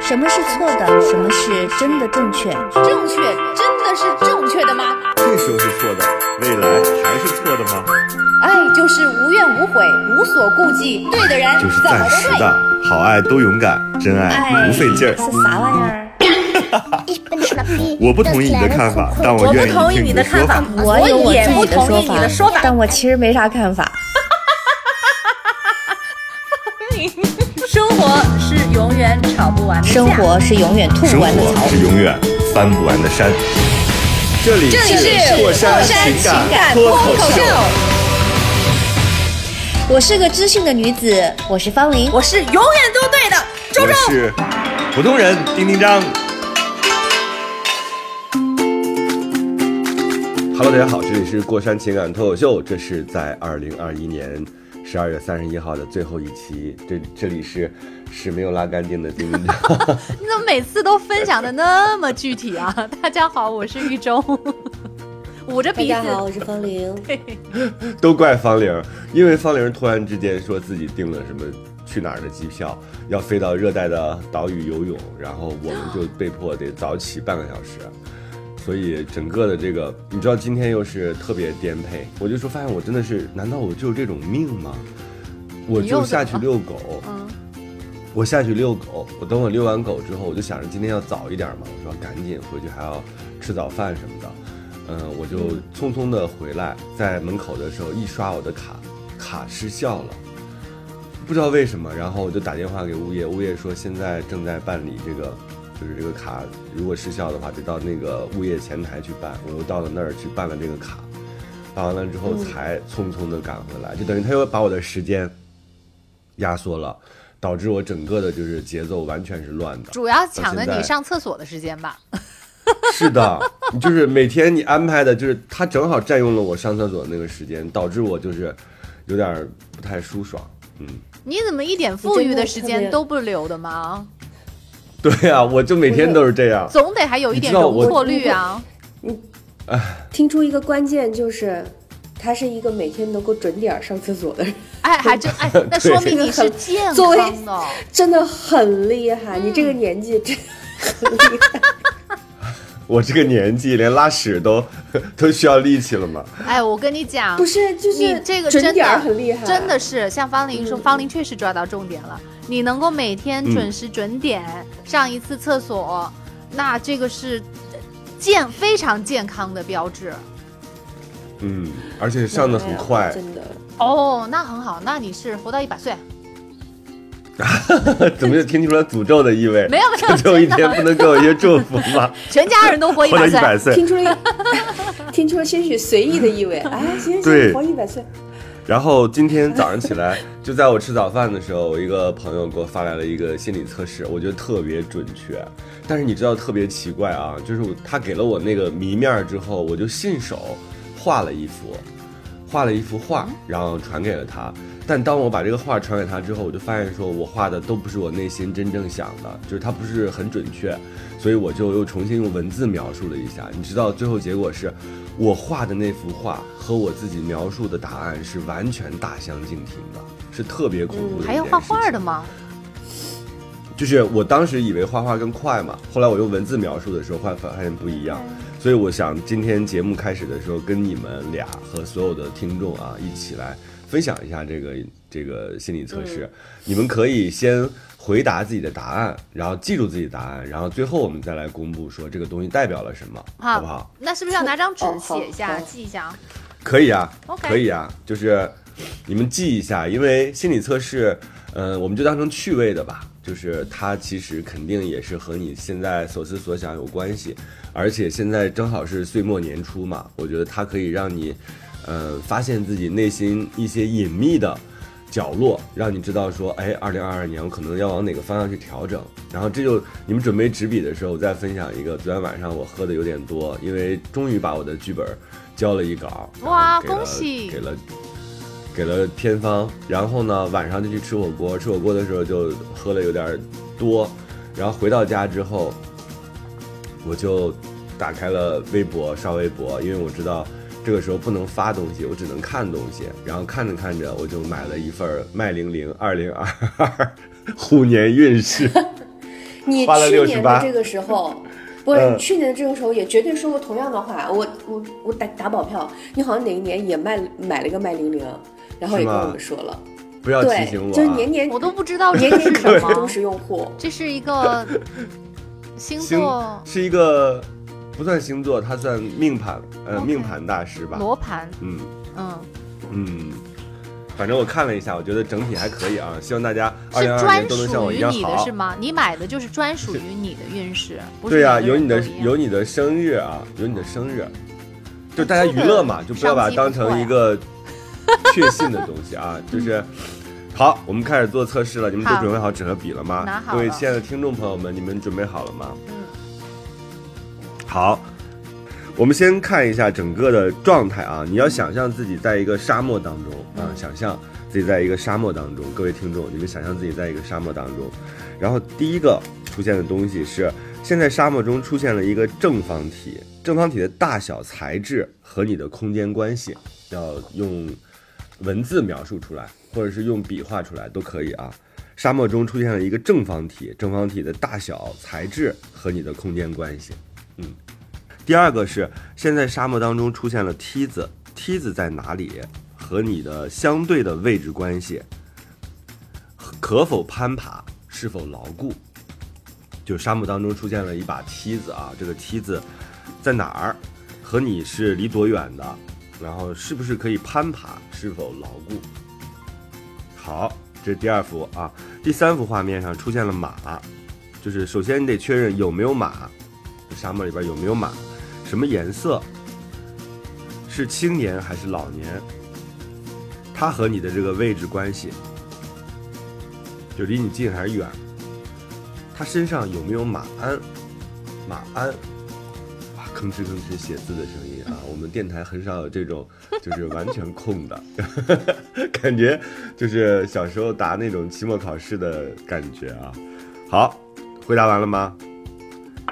什么是错的，什么是真的正确。正确真的是正确的吗？这时候是错的，未来还是错的吗？哎爱就是无怨无悔，无所顾忌，对的人就是怎么暂时都对。的，好爱都勇敢，真爱哎，不费劲儿。是啥玩意儿？我不同意你的看法，但我愿意听你的说法。啊我有我也自不己的同说意你的说法，法。但我其实没啥看法。生活是永远吵不完的架生活是永远吐不生完的草活。是永远翻不完的山。这里是过山情感脱口秀，我是个知性的女子，我是方玲。我是永远都对的。周我周，是普通人丁丁张。Hello，大家好，这里是过山情感脱口秀，这是在二零二一年十二月三十一号的最后一期，这这里是是没有拉杆钉的丁丁张。你怎么每次都分享的那么具体啊？ 大家好，我是玉州， 捂着鼻子。我是方玲。都怪方玲儿，因为方玲儿突然之间说自己订了什么去哪儿的机票，要飞到热带的岛屿游泳，然后我们就被迫得早起半个小时，所以整个的这个，你知道今天又是特别颠沛，我就说发现我真的是，难道我只有这种命吗？我你又就怎么下去了遛狗，嗯，我下去遛狗，我等我遛完狗之后，我就想着今天要早一点嘛，我说赶紧回去还要吃早饭什么的，嗯，我就匆匆的回来，在门口的时候一刷我的卡，卡失效了，不知道为什么，然后我就打电话给物业，物业说现在正在办理这个，就是这个卡如果失效的话，得到那个物业前台去办，我又到了那儿去办了这个卡，办完了之后才匆匆的赶回来，就等于他又把我的时间压缩了。导致我整个的就是节奏完全是乱的。主要抢的到现你在上厕所的时间吧？ 是的，你就是每天你安排的，就是它正好占用了我上厕所的那个时间，导致我就是有点儿不太舒爽。嗯，你怎么一点富裕的时你真的特间别都不留的吗？对呀、我就每天都是这样。总得还有一点你知道容我错率 啊！听出一个关键就是，他是一个每天能够准点儿上厕所的人，哎，还真哎，那说明你 是健作为康的。真的很厉害。你这个年纪真的很厉害。我这个年纪连拉屎都都需要力气了嘛。哎，我跟你讲， 不是，就是你这个准真点儿的很厉害，真的是像方玲说，方玲确实抓到重点了。你能够每天准时准点上一次厕所，那这个是健非常健康的标志。嗯，而且上的很快，真的。哦，那很好，那你是活到一百岁？ 怎么就听出了诅咒的意味？没有没 有，最后一天不能给我一些祝福吗？全家人都 活一活到百一岁。百岁。听出 了，听出了些许随意的意味。哎，行行对行，活一百岁，然后今天早上起来，就在我吃早饭的时候，我一个朋友给我发来了一个心理测试，我觉得特别准确。但是你知道特别奇怪啊，就是我他给了我那个谜面儿之后，我就信手画了一幅，画了一幅画，嗯然后传给了他。但当我把这个画传给他之后，我就发现说我画的都不是我内心真正想的，就是它不是很准确，所以我就又重新用文字描述了一下。你知道最后结果是，我画的那幅画和我自己描述的答案是完全大相径庭的，是特别恐怖的、一嗯还要件画事画情的吗？就是我当时以为画画更快嘛，后来我用文字描述的时候，发发现不一样，所以我想今天节目开始的时候，跟你们俩和所有的听众啊一起来分享一下这个这个心理测试，你们可以先回答自己的答案，然后记住自己的答案，然后最后我们再来公布说这个东西代表了什么，好不好？那是不是要拿张纸哦好写一下、好记一下啊？可以啊 OK 可以啊，就是你们记一下，因为心理测试，呃，我们就当成趣味的吧。就是它其实肯定也是和你现在所思所想有关系，而且现在正好是岁末年初嘛，我觉得它可以让你，呃，发现自己内心一些隐秘的角落，让你知道说，哎，二零二二年我可能要往哪个方向去调整。然后这就你们准备纸笔的时候，我再分享一个，昨天晚上我喝的有点多，因为终于把我的剧本交了一稿，然后哇给了恭喜给了。给了偏方，然后呢，晚上就去吃火锅。吃火锅的时候就喝了有点多，然后回到家之后，我就打开了微博刷微博，因为我知道这个时候不能发东西，我只能看东西。然后看着看着，我就 买了一份麦玲玲二零二二虎年运势。你花了去年的68这个时候，不是、嗯去年的这个时候也绝对说过同样的话。我我我打打保票，你好像哪一年也卖买了个麦零零，然后也是跟吗我们说了，不要提对，醒我、就是啊。年年我都不知道这 年年是你都什是忠么，实用户。这是一个星星座是一个不算星座，它算命盘，呃 OK 命盘大师吧。罗盘，嗯嗯，嗯，反正我看了一下，我觉得整体还可以啊。希望大家二是零二二专年都能像属我一于样你的好是。吗？你买的就是专属于你的运势，不是对呀、每个有人你的都一样有你的生日啊，有你的生日，就大家这娱个乐嘛，就不要把上它期当不错成一呀个确信的东西啊，就是。 好，我们开始做测试了。你们都好准备好纸和笔了吗拿？好各位了亲爱的听众朋友们，你们准备好了吗？嗯好，我们先看一下整个的状态啊。你要想象自己在一个沙漠当中啊，想象自己在一个沙漠当中。各位听众，你们想象自己在一个沙漠当中，然后第一个出现的东西是，现在沙漠中出现了一个正方体，正方体的大小、材质和你的空间关系，要用文字描述出来，或者是用笔画出来都可以啊。沙漠中出现了一个正方体，正方体的大小、材质和你的空间关系。第二个是现在沙漠当中出现了梯子，梯子在哪里和你的相对的位置关系，可否攀爬，是否牢固？就沙漠当中出现了一把梯子啊，这个梯子在哪儿，和你是离多远的，然后是不是可以攀爬，是否牢固？好，这是第二幅啊，第三幅画面上出现了马，就是首先你得确认有没有马，沙漠里边有没有马，什么颜色，是青年还是老年，它和你的这个位置关系，就离你近还是远，它身上有没有马鞍，马鞍。哇吭哧吭哧写字的声音啊！我们电台很少有这种，就是完全空的， 感觉就是小时候答那种期末考试的感觉啊。好，回答完了吗？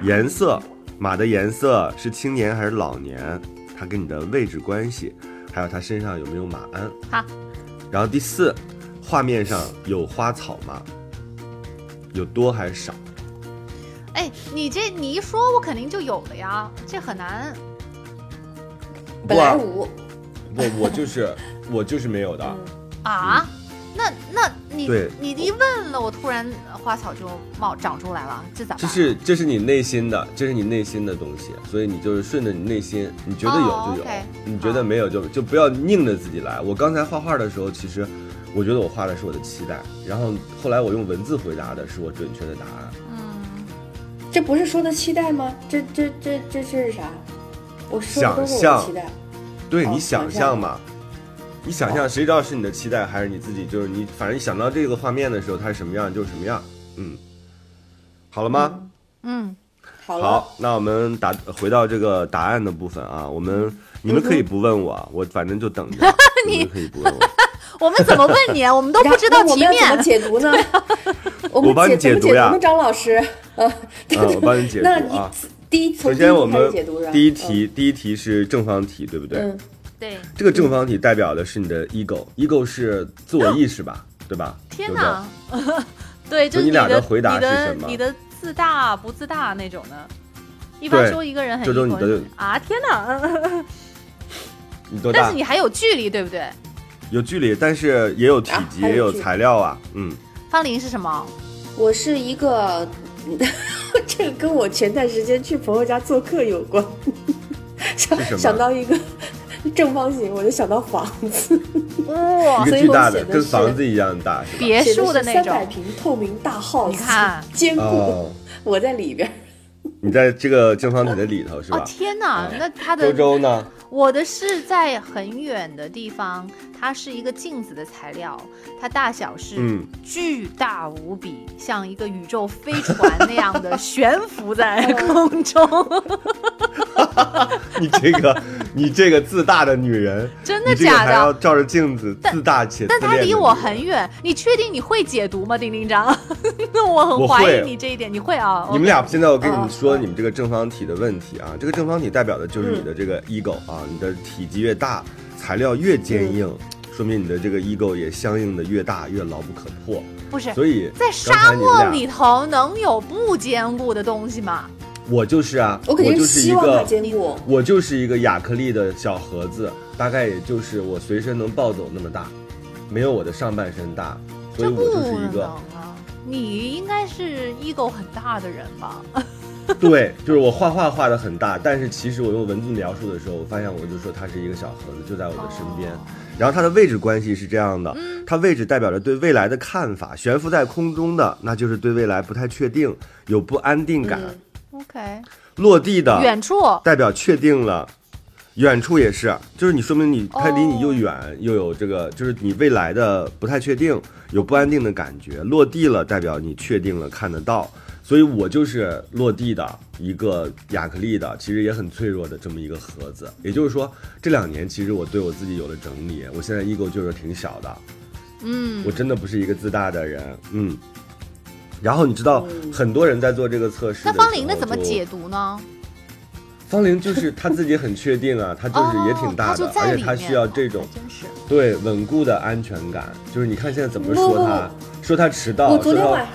颜色，马的颜色是青年还是老年？它跟你的位置关系，还有它身上有没有马鞍。好。然后第四，画面上有花草吗？有多还是少？哎，你这你一说，我肯定就有了呀，这很难。本来五，啊不，我就是我就是没有的。啊？那那你嗯对你一问了，我突然花草就冒长出来了，这咋办？这是这是你内心的，这是你内心的东西，所以你就是顺着你内心，你觉得有哦就有， OK，你觉得没有就就不要拧着自己来。我刚才画画的时候，其实我觉得我画的是我的期待，然后后来我用文字回答的是我准确的答案。嗯，这不是说的期待吗？这这这这这是啥？我说的都是想我的象期待。对、哦你想象嘛，你想象，谁知道是你的期待还是你自己？就是你，反正想到这个画面的时候，它是什么样就是什么样。嗯，好了吗？嗯好了，好，那我们答回到这个答案的部分啊，我嗯们你们可以不问我，我反正就等着。 你们可以不问我，我们怎么问你 啊？我们都不知道那我题们要怎么面。解 读呢？我我帮们你解解怎读么呀呢，张老师？呃，对嗯，我帮你解那读你啊。第一，首从第一先我开们始解读是吧？第一题，第一题是正方体，对不对？嗯，对，这个正方体代表的是你的 ego，ego 是自我意识哦吧，对吧？天有的哪！ 对，就是你俩的的回答你是的什么你的自大不自大那种的。一般对说一个人很这一种你的魂啊，天哪！你多但大是？你还有距离，对不对？有距离，但是也有体积，啊还有也有距离材料啊。嗯，方林是什么？我是一个， 这个跟我前段时间去朋友家做客有关， 想是什么想到一个 正方形，我就想到房子，哇、一啊所个以巨我大写的，的跟是房子一样大，是吧？别墅的那三百种。平透明大 house，你看啊 坚固，哦，我在里边。你在这个正方体的里头是哦啊吧？天哪，那他周的周呢？我的是在很远的地方，它是一个镜子的材料，它大小是嗯，巨大无比，像一个宇宙飞船那样的悬浮在空 中。你这个，你这个自大的女人， 真的你这个假的还要照着镜子自大且自但恋它的离我女人很远，你确定你会解读吗，丁丁张？ 那我很我怀会啊疑你这一点，你会啊？你们 OK 俩现在我跟你们说啊嗯你们这个正方体的问题啊，这个正方体代表的就是你的这个 ego 啊，你的体积越大，嗯材料越坚硬，说明你的这个 ego 也相应的越大越牢不可破。不是所以在刚才沙你们漠俩里头能有不坚固的东西吗？我就是啊，我我肯定就是是一希望它个，啊坚固。我就是一个亚克力的小盒子，大概也就是我随身能抱走那么大，没有我的上半身大，所以这我不就是一能个啊！你应该是 ego 很大的人吧？ 对，就是我画画画的很大，但是其实我用文字描述的时候，我发现我就说它是一个小盒子，就在我的身边。然后它的位置关系是这样的，它位置代表着对未来的看法，悬浮在空中的那就是对未来不太确定，有不安定感； OK，落地的远处代表确定了，远处也是，就是你说明你它哦离你又远、又有这个，就是你未来的不太确定，有不安定的感觉。落地了代表你确定了看得到，所以我就是落地的一个亚克力的，其实也很脆弱的这么一个盒子。也就是说，这两年其实我对我自己有了整理，我现在 ego 就是挺小的，嗯，我真的不是一个自大的人，嗯。然后你知道，很多人在做这个测试。嗯那方玲的怎么解？解读呢？方玲就是她自己很确定 啊，她就是也挺大的，哦她就在而里且她面需要这种真是对稳固的安全感。就是你看现在怎么不说不她，说她迟到，我昨说天她晚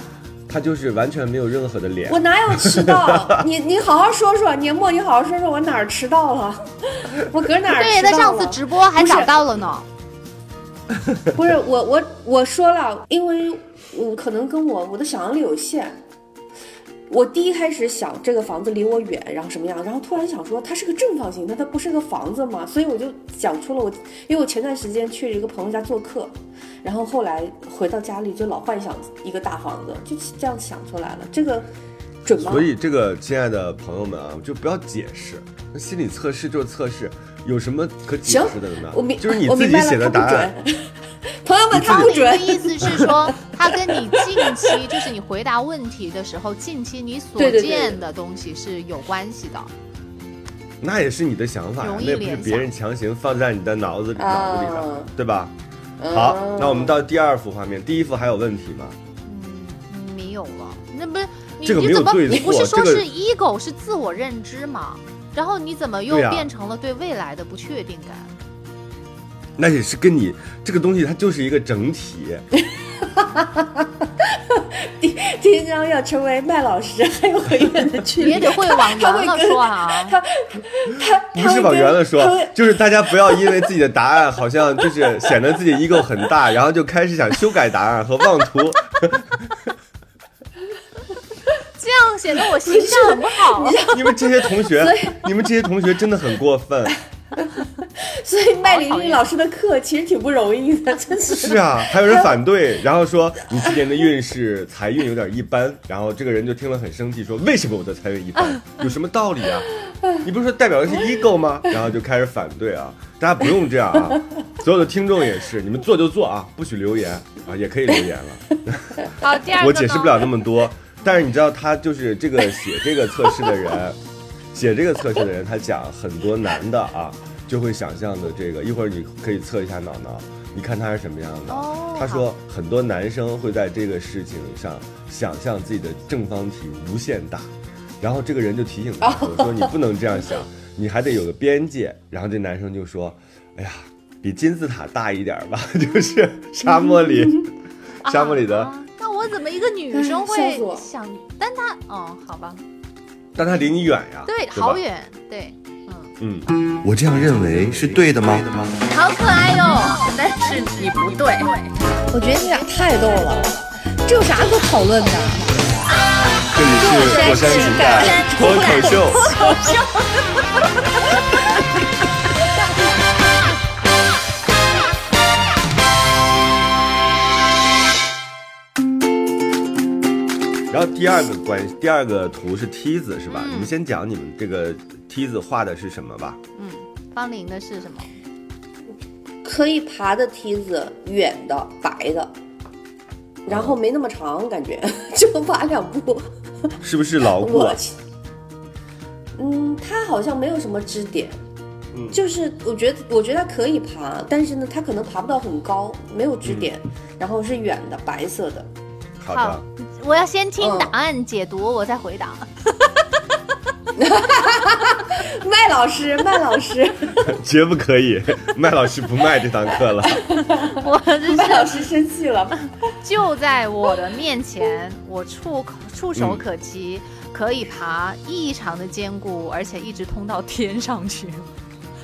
她就是完全没有任何的脸我。哪有迟到？你你好好说说，年末你好好说说我哪儿迟到了？ 我搁哪儿对，迟他到上了？次直播还不是找到了呢。不是我我我说了，因为嗯，可能跟我我的想象力有限。我第一开始想这个房子离我远，然后什么样，然后突然想说它是个正方形，那它不是个房子嘛，所以我就想出了我，因为我前段时间去一个朋友家做客，然后后来回到家里就老幻想一个大房子，就这样想出来了，这个准吗？所以这个亲爱的朋友们啊，就不要解释，那心理测试就是测试，有什么可解行释的呢我明，？就是你我自明己白写的了，答它不案，准。 朋友们，它方不玲的准。意思是说，他跟你近期就是你回答问题的时候，近期你所对对对见的东西是有关系的。那也是你的想法呀，容易那不是联别人想强行放在你的脑子里、脑子里的啊，对吧？嗯好，那我们到第二幅画面，第一幅还有问题吗？嗯，没有了。那不是你这个没你有怎么对你不错是说这个是 ego 是自我认知吗？然后你怎么又对啊呀变成了对未来的不确定感？那也是跟你这个东西，它就是一个整体。哎丁章要成为麦老师，还有很远的距离，也得会往他圆会了跟说啊。他不是往圆了他会说跟，就是大家不要因为自己的答案好像就是显得自己 ego 很大，然后就开始想修改答案和妄图。这样显得我形象很不好啊。你们这些同学，你们这些同学真的很过分。他所以麦玲玲老师的课其实挺不容易 的，真是。是啊，还有人反对，然后说你今年的运势财运有点一般，然后这个人就听了很生气，说为什么我的财运一般？有什么道理啊？你不是说代表的是 ego 吗？然后就开始反对啊，大家不用这样啊，所有的听众也是，你们做就做啊，不许留言啊，也可以留言了， 好，第二个我呢解释不了那么多。但是你知道，他就是这个写这个测试的人，写这个测试的人，他讲很多男的啊，就会想象的这个，一会儿你可以测一下脑脑，你看他是什么样的。哦他说很多男生会在这个事情上想象自己的正方体无限大，然后这个人就提醒他说：“说你不能这样想，你还得有个边界。”然后这男生就说：“哎呀，比金字塔大一点吧， 就是沙漠里，沙漠里嗯的。啊那我怎么一个女生哎笑死我会想？但她哦，好吧，但它离你远呀，对，吧好，远，对，嗯，嗯，我这样认为是对的吗？好可爱哟、但是你不对，我觉得你俩太逗了，这有啥可讨论的？这里是火山情感脱口秀。然后第二个关，第二个图是梯子是吧？嗯你们先讲你们这个梯子画的是什么吧。嗯方玲的是什么？可以爬的梯子，远的白的，然后没那么长，感觉 就爬两步。是不是牢固我？去，嗯，它好像没有什么支点。嗯就是我觉得，我觉得它可以爬，但是呢，它可能爬不到很高，没有支点，然后是远的，白色的。好的，我要先听嗯答案解读，我再回答。麦老师，麦老 师，绝不可以， 麦老师不卖这堂课了。我真麦老是师生气了。就在我的面前，我触口触手可及，可以爬，异常的坚固，而且一直通到天上去。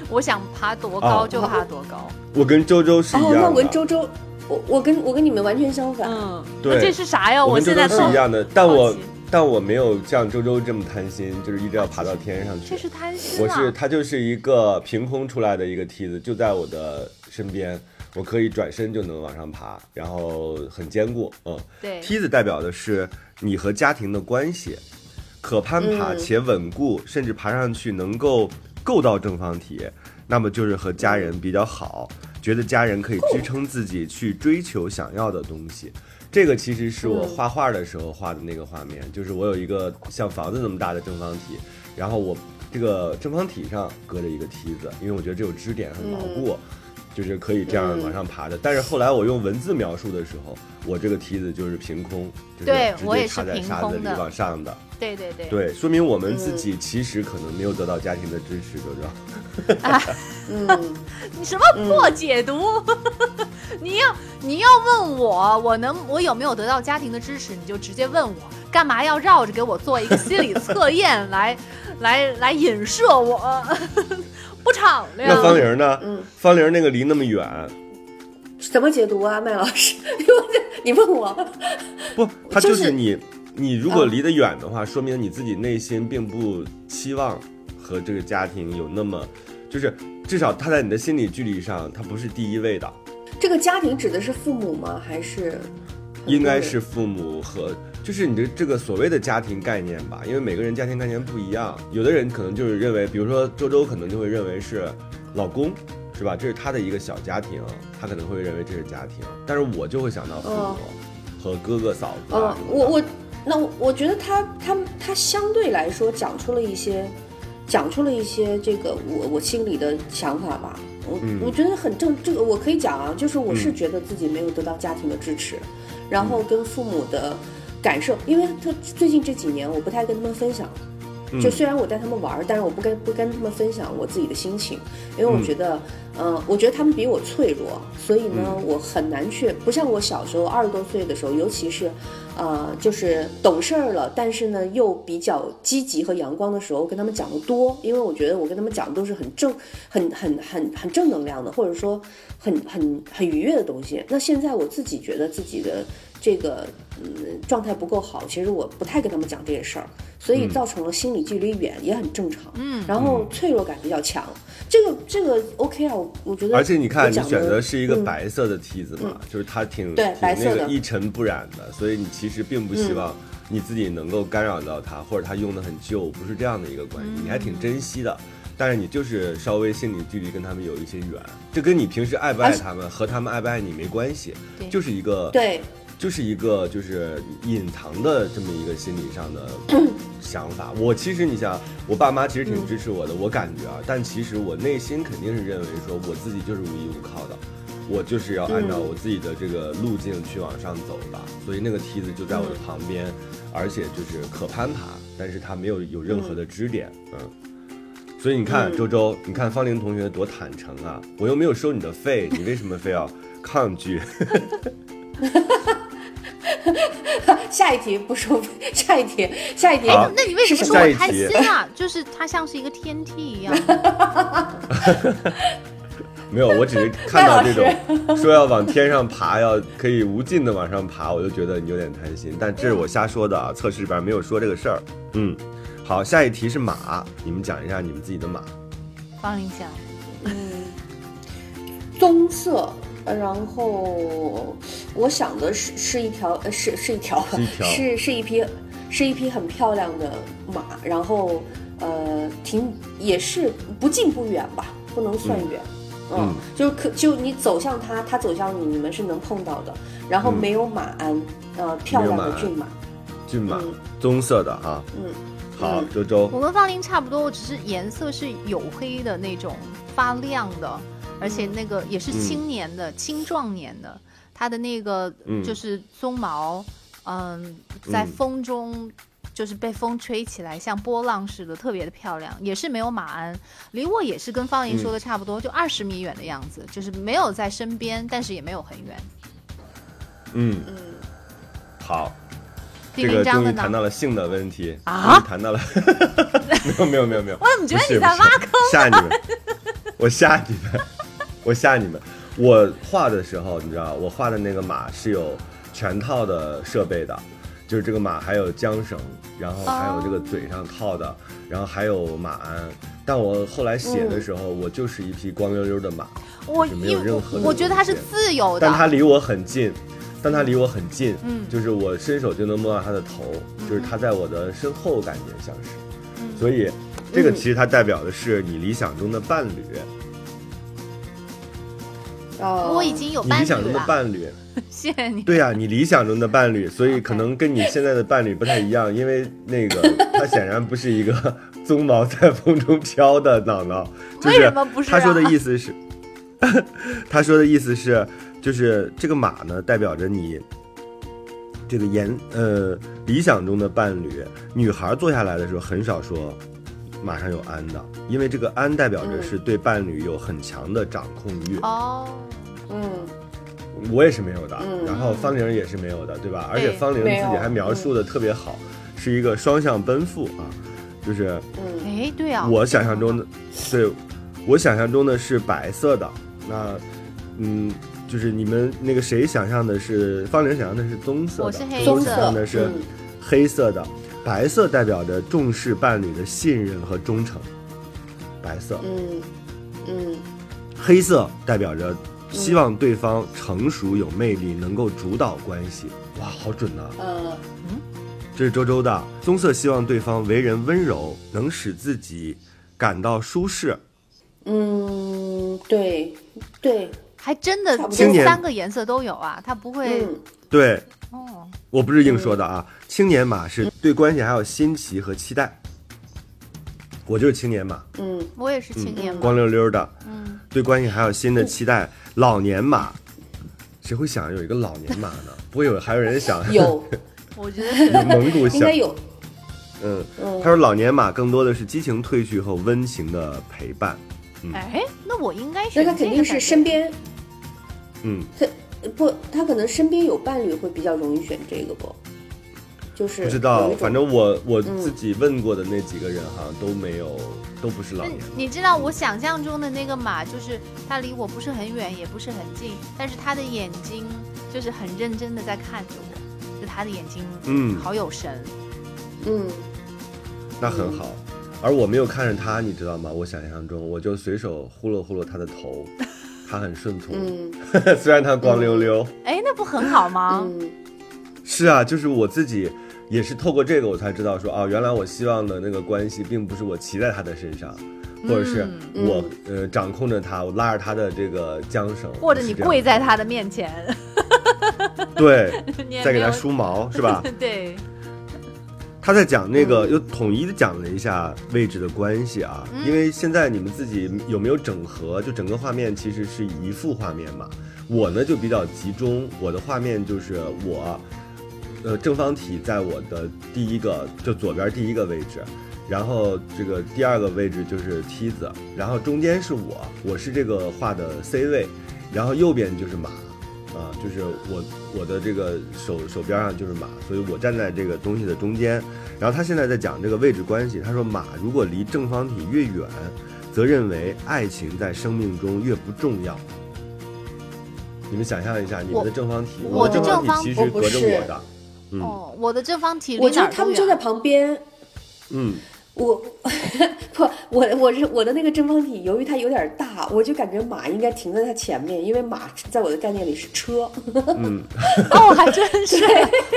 我想爬多高哦就爬多高。我跟周周是一哦，样的，那我跟周周，我我跟我跟你们完全相反。嗯，对那这是啥呀？我跟现周在周都是一样的，但好我奇但我没有像周周这么贪心，就是一定要爬到天上去这。是贪心我啊！是它就是一个凭空出来的一个梯子，就在我的身边，我可以转身就能往上爬，然后很坚固。嗯，对梯子代表的是你和家庭的关系，可攀爬嗯且稳固，甚至爬上去能够够到正方体，那么就是和家人比较好，觉得家人可以支撑自己去追求想要的东西。这个其实是我画画的时候画的那个画面，就是我有一个像房子那么大的正方体，然后我这个正方体上搁着一个梯子，因为我觉得这有支点很牢固，就是可以这样往上嗯爬的。但是后来我用文字描述的时候，我这个梯子就是凭空，就是对直我也接是插在凭沙子空里的往上的。对对对，嗯对，说明我们自己其实可能没有得到家庭的支持，周周。嗯，你什么破解读？ 你要你要问我，我能我有没有得到家庭的支持？你就直接问我，干嘛要绕着给我做一个心理测验来 来来影射我？ 不敞那方亮。玲呢？嗯方玲那个离那么远，怎么解读啊，麦老师？ 我这你问我，不，它就就是是你，你如果嗯离得远的话，说明你自己内心并不期望和这个家庭有那么，就是至少他在你的心理距离上，他不是第一位的，这个家庭指的是父母吗？还是呃应该是父母和。就是你的这个所谓的家庭概念吧，因为每个人家庭概念不一样，有的人可能就是认为，比如说周周可能就会认为是老公，是吧？这是他的一个小家庭，他可能会认为这是家庭，但是我就会想到父母哦和哥哥嫂子啊嗯，什么我的。我那我我觉得他他他相对来说讲出了一些，讲出了一些这个我我心里的想法吧。我、嗯我觉得很正，这个我可以讲啊，就是我是嗯觉得自己没有得到家庭的支持，然后跟父母的感受，因为他最近这几年我不太跟他们分享，嗯就虽然我带他们玩儿，但是我不跟不跟他们分享我自己的心情，因为我嗯觉得，嗯、我觉得他们比我脆弱，所以呢，嗯我很难去，不像我小时候二十多岁的时候，尤其是，呃，就是懂事儿了，但是呢又比较积极和阳光的时候，我跟他们讲的多，因为我觉得我跟他们讲的都是很正、很很很很正能量的，或者说很很很愉悦的东西。那现在我自己觉得自己的这个嗯状态不够好，其实我不太跟他们讲这些事儿，所以嗯造成了心理距离远也很正常。嗯，然后脆弱感比较强，这个这个 OK 啊，我我觉得。而且你看，我你讲选择的是一个嗯白色的梯子嘛，就是它挺对挺白色那的嗯个一尘不染的，所以你其实并不希望你自己能够干扰到它，或者它用的很旧，不是这样的一个关系，你还挺珍惜的。但是你就是稍微心理距离跟他们有一些远，这跟你平时爱不爱而且他们和他们爱不爱你没关系对，就是一个对，就是一个就是隐藏的这么一个心理上的想法。我其实你想，我爸妈其实挺支持我的，我感觉啊，但其实我内心肯定是认为说我自己就是无依无靠的，我就是要按照我自己的这个路径去往上走吧。所以那个梯子就在我的旁边，而且就是可攀爬，但是它没有有任何的支点，嗯。所以你看，周周，你看方玲同学多坦诚啊！我又没有收你的费，你为什么非要抗拒？下一题不收费，下一题，下一题，好那你为什么说下我一题贪心啊？就是它像是一个天梯一样。没有，我只是看到这种说要往天上爬，要可以无尽的往上爬，我就觉得你有点贪心。但这是我瞎说的啊，测试里边没有说这个事儿。嗯，好，下一题是马，你们讲一下你们自己的马。方玲讲，嗯棕色。呃然后我想的是是一条，呃是是一条，是一条是是一匹，是一匹很漂亮的马，然后呃，挺也是不近不远吧，不能算远，嗯，嗯就是可就你走向它，它走向你，你们是能碰到的，然后嗯没有马鞍，呃，漂亮没有的马鞍骏马，骏马嗯，棕色的哈。嗯，好嗯，周周我，跟方玲差不多，我只是颜色是黝黑的那种发亮的，而嗯且那个也是青年的、青壮年的，它的那个嗯就是鬃毛，嗯，在嗯风中就是被风吹起来，像波浪似的，特别的漂亮，也是没有马鞍，离我也是跟方莹说嗯的差不多，就二十米远的样子，就是没有在身边，但是也没有很远。嗯，好，丁这个丁章终的于呢？谈到了性的问题啊终于谈到了， 没有没有没有没有，我怎么觉得不是你在不是挖坑吓你们，我吓你们，我吓你们。 我画的时候，你知道，我画的那个马是有全套的设备的，就是这个马还有缰绳，然后还有这个嘴上套的，然后还有马鞍。但我后来写的时候，我就是一匹光溜溜的马，我就没有因任何的我觉得它是东西自由的但，它离我很近，但它离我很近，嗯就是我伸手就能摸到它的头，就是它在我的身后，感觉像是，嗯所以这个其实它代表的是你理想中的伴侣，哦，我已经有你伴理侣啊哦想中的了，伴侣，谢谢你。对呀、啊你理想中的伴侣，所以可能跟你现在的伴侣不太一样，因为那 个他显然不是一个 鬃毛在风中飘的脑脑，就为什么不是啊 他说的意思是，他说的意思是，就是这个马呢，代表着你这个言呃理想中的伴侣。女孩坐下来的时候，很少说马上有鞍的，因为这个鞍代表着是对伴侣有很强的掌控欲。嗯哦，嗯，我也是没有的，嗯然后方玲也是没有的，对吧？而对且方玲没有自己还描述嗯的特别好，是一个双向奔赴啊，就是嗯哎，对啊，我想象中的，对，我想象中的是白色的，那嗯，就是你们那个谁想象的是方玲想象的是棕色的，我是黑我色想象的是嗯黑色的，白色代表着重视伴侣的信任和忠诚，白色，嗯嗯黑色代表嗯着希望对方成熟、有魅力，能够主导关系。哇，好准呐、呃，这是周周的棕色，希望对方为人温柔，能使自己感到舒适。嗯，对对，还真的差不多这青年三个颜色都有啊，它不会嗯对哦，我不是硬说的啊，青年马是对关系还有新奇和期待。我就是青年马，嗯我也是青年嘛，光溜溜的，对关系还有新的期待。老年马，谁会想有一个老年马 呢？不会有还有人想 有我觉得是蒙古应小该有，嗯，嗯他说老年马更多的是激情褪去后温情的陪伴。 哎，那我应该那选他这肯个定感是觉身边嗯，不，他可能身边有伴侣会比较容易选这个不，就是不知道有一，种嗯反正我我自己问过的那几个人好像都没有，都不是老那年。嗯你知道我想象中的那个马，就是它离我不是很远，也不是很近，但是它的眼睛就是很认真的在看着我，就它的眼睛，嗯好有神，嗯那很好。而我没有看着他，你知道吗？我想象中，我就随手呼噜呼噜他的头，他很顺从，嗯 虽然他光溜溜。哎，那不很好吗？嗯是啊，就是我自己也是透过这个，我才知道说啊，原来我希望的那个关系，并不是我骑在他的身上，或者是嗯我、呃掌控着他，我拉着他的这个缰绳，或者你是这样跪在它的面前， 对，你也再给没他有梳毛是吧？ 对，他在讲那个，又统一的讲了一下位置的关系啊，因为现在你们自己有没有整合？就整个画面其实是一幅画面嘛。我呢就比较集中，我的画面就是我，呃，正方体在我的第一个就左边第一个位置，然后这个第二个位置就是梯子，然后中间是我，我是这个画的 C 位，然后右边就是马。啊，就是我我的这个手手边上就是马，所以我站在这个东西的中间。然后他现在在讲这个位置关系，他说马如果离正方体越远，则认为爱情在生命中越不重要。你们想象一下，你们的正方体，我的我的正正方方体其我实不隔着是我的，嗯哦，我的正方体离我觉哪得儿他都们就在远，旁边，嗯，我 不，我我是我的那个正方体，由于它有点大，我就感觉马应该停在它前面，因为马在我的概念里是车，嗯 哦，还真是，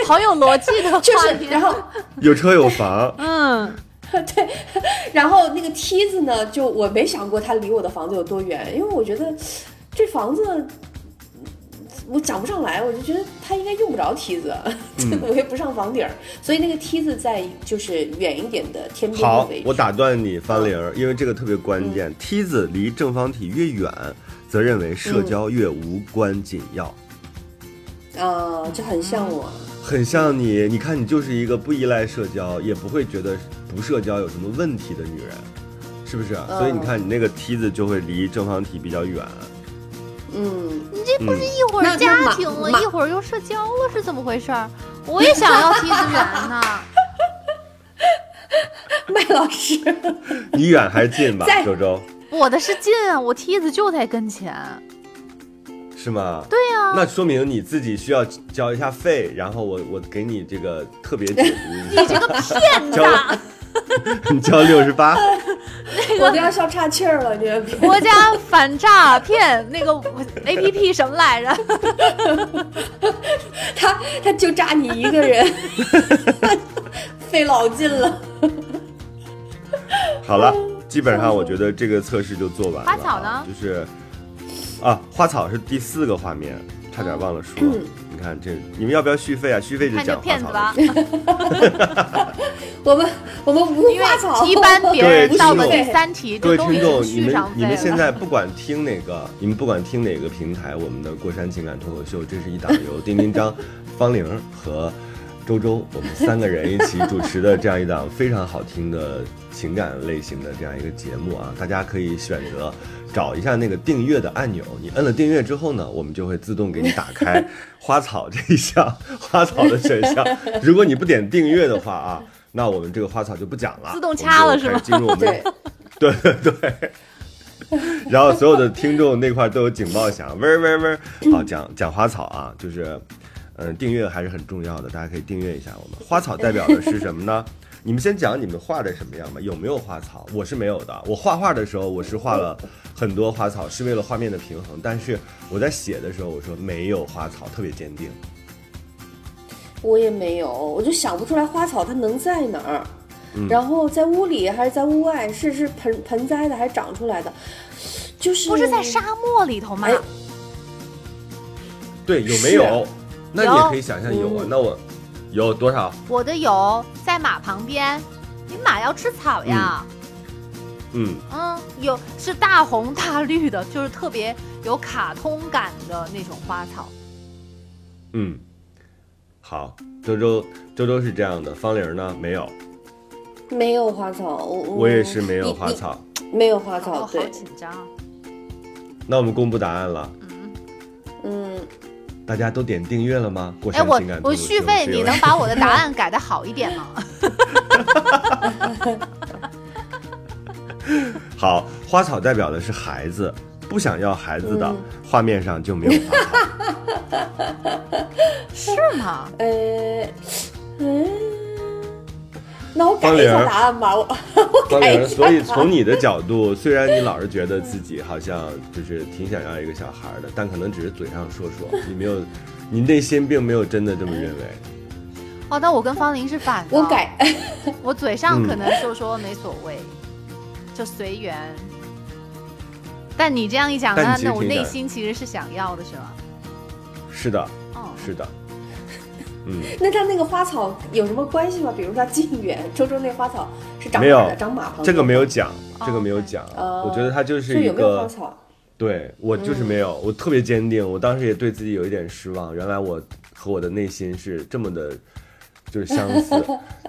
好有逻辑的就画是面，然后有车有房，嗯，然后那个梯子呢，就我没想过它离我的房子有多远，因为我觉得这房子嗯我讲不上来，我就觉得它应该用不着梯子， 嗯我也不上房顶儿，所以那个梯子在就是远一点的天边的好嗯位置。，我打断你，方玲儿，因为这个特别关键。梯子离正方体越远，则认为社交越无关紧要，啊、就很像我，很像你，你看你就是一个不依赖社交，也不会觉得不社交有什么问题的女人，是不是？嗯所以你看你那个梯子就会离正方体比较远。嗯， 一会那儿家那庭了，马一会儿又社交了，是怎么回事 儿？我也想要梯子远呢。麦老师，你远还是近吧，在周周，我的是近啊，我梯子就在跟前。是吗？对啊呀、那说明你自己需要交一下费，然后我我给你这个特别解读， 你这个骗子啊交，你交六十八，我都要笑岔气儿了，这个国家反诈骗那个 A P P 什么来 着？他他就炸你一 个人， 费老劲了。好了，基本上我觉得这个测试就做完了。花草呢就是啊，花草是第四个画面，差点忘了说。你看这，你们要不要续费啊？续费嗯就看这讲花骗子草吧的。，我们我们无因花草，为一般别人到了对第三题各就都位已听经众，你续们上你们费现了。在不管听哪个，你们不管听哪个平台，我们的《过山情感脱口秀》，这是一档由丁丁张、方玲和周周我们三个人一起主持的这样一档非常好听的情感类型的这样一个节目啊，大家可以选择找一下那个订阅的按钮，你摁了订阅之后呢，我们就会自动给你打开花草这一项花草的选项，如果你不点订阅的话啊。那我们这个花草就不讲了，自动掐了我们就开始是进入我们对，对对对。 然后所有的听众那块都有警报响，嗡嗡嗡。好，讲讲花草啊，就是，嗯，订阅还是很重要的，大家可以订阅一下我们。花草代表的是什么呢？ 你们先讲你们画的什么样吧，有没有花草？我是没有的。我画画的时候，我是画了很多花草，是为了画面的平衡。但是我在写的时候，我说没有花草，特别坚定。我也没有，我就想不出来花草它能在哪儿。嗯然后在屋里还是在屋外，是是盆盆栽的还是长出来的，就是不是在沙漠里头吗哎？对，有没有？那你也可以想象有啊。嗯那我有多少？我的有在马旁边，你马要吃草呀。嗯，嗯，有是大红大绿的，就是特别有卡通感的那种花草。嗯，好，周周周周是这样的，方玲呢没有，没有花草，我我也是没有花，草。嗯你你没有花草，哦，好对，紧张啊。那我们公布答案了，嗯，大家都点订阅了吗？过哎，山我情感脱我口秀续费，啊是有你能把我的答案改的好一点吗？ 好？花草代表的是孩子，不想要孩子嗯的、画面上就没有花草。是吗？呃，嗯，那我改一方下玲答案吧， 我方改一玲，下所以从你的角 度，虽然你老是觉得自己好像就是挺想要一个小孩的，但可能只是嘴上说说，你没有，你内心并没有真的这么认为。哦，那我跟方玲是反的。哦我，改， 我嘴上可能就说没所谓，嗯就随缘。但你这样一讲，但那你其实那我挺内想心其实是想要的，是吗？是的，哦，是的，嗯。那它那个花草有什么关系吗？比如说它近远，周周那花草是长没哪有儿的？长马旁边这个没有讲，这个没有对讲。嗯哦我觉得他就就是一有没有花个，草？对我就是没有，我特别坚定。我当时也对自己有一点失望，原来我和我的内心是这么的，就是相似，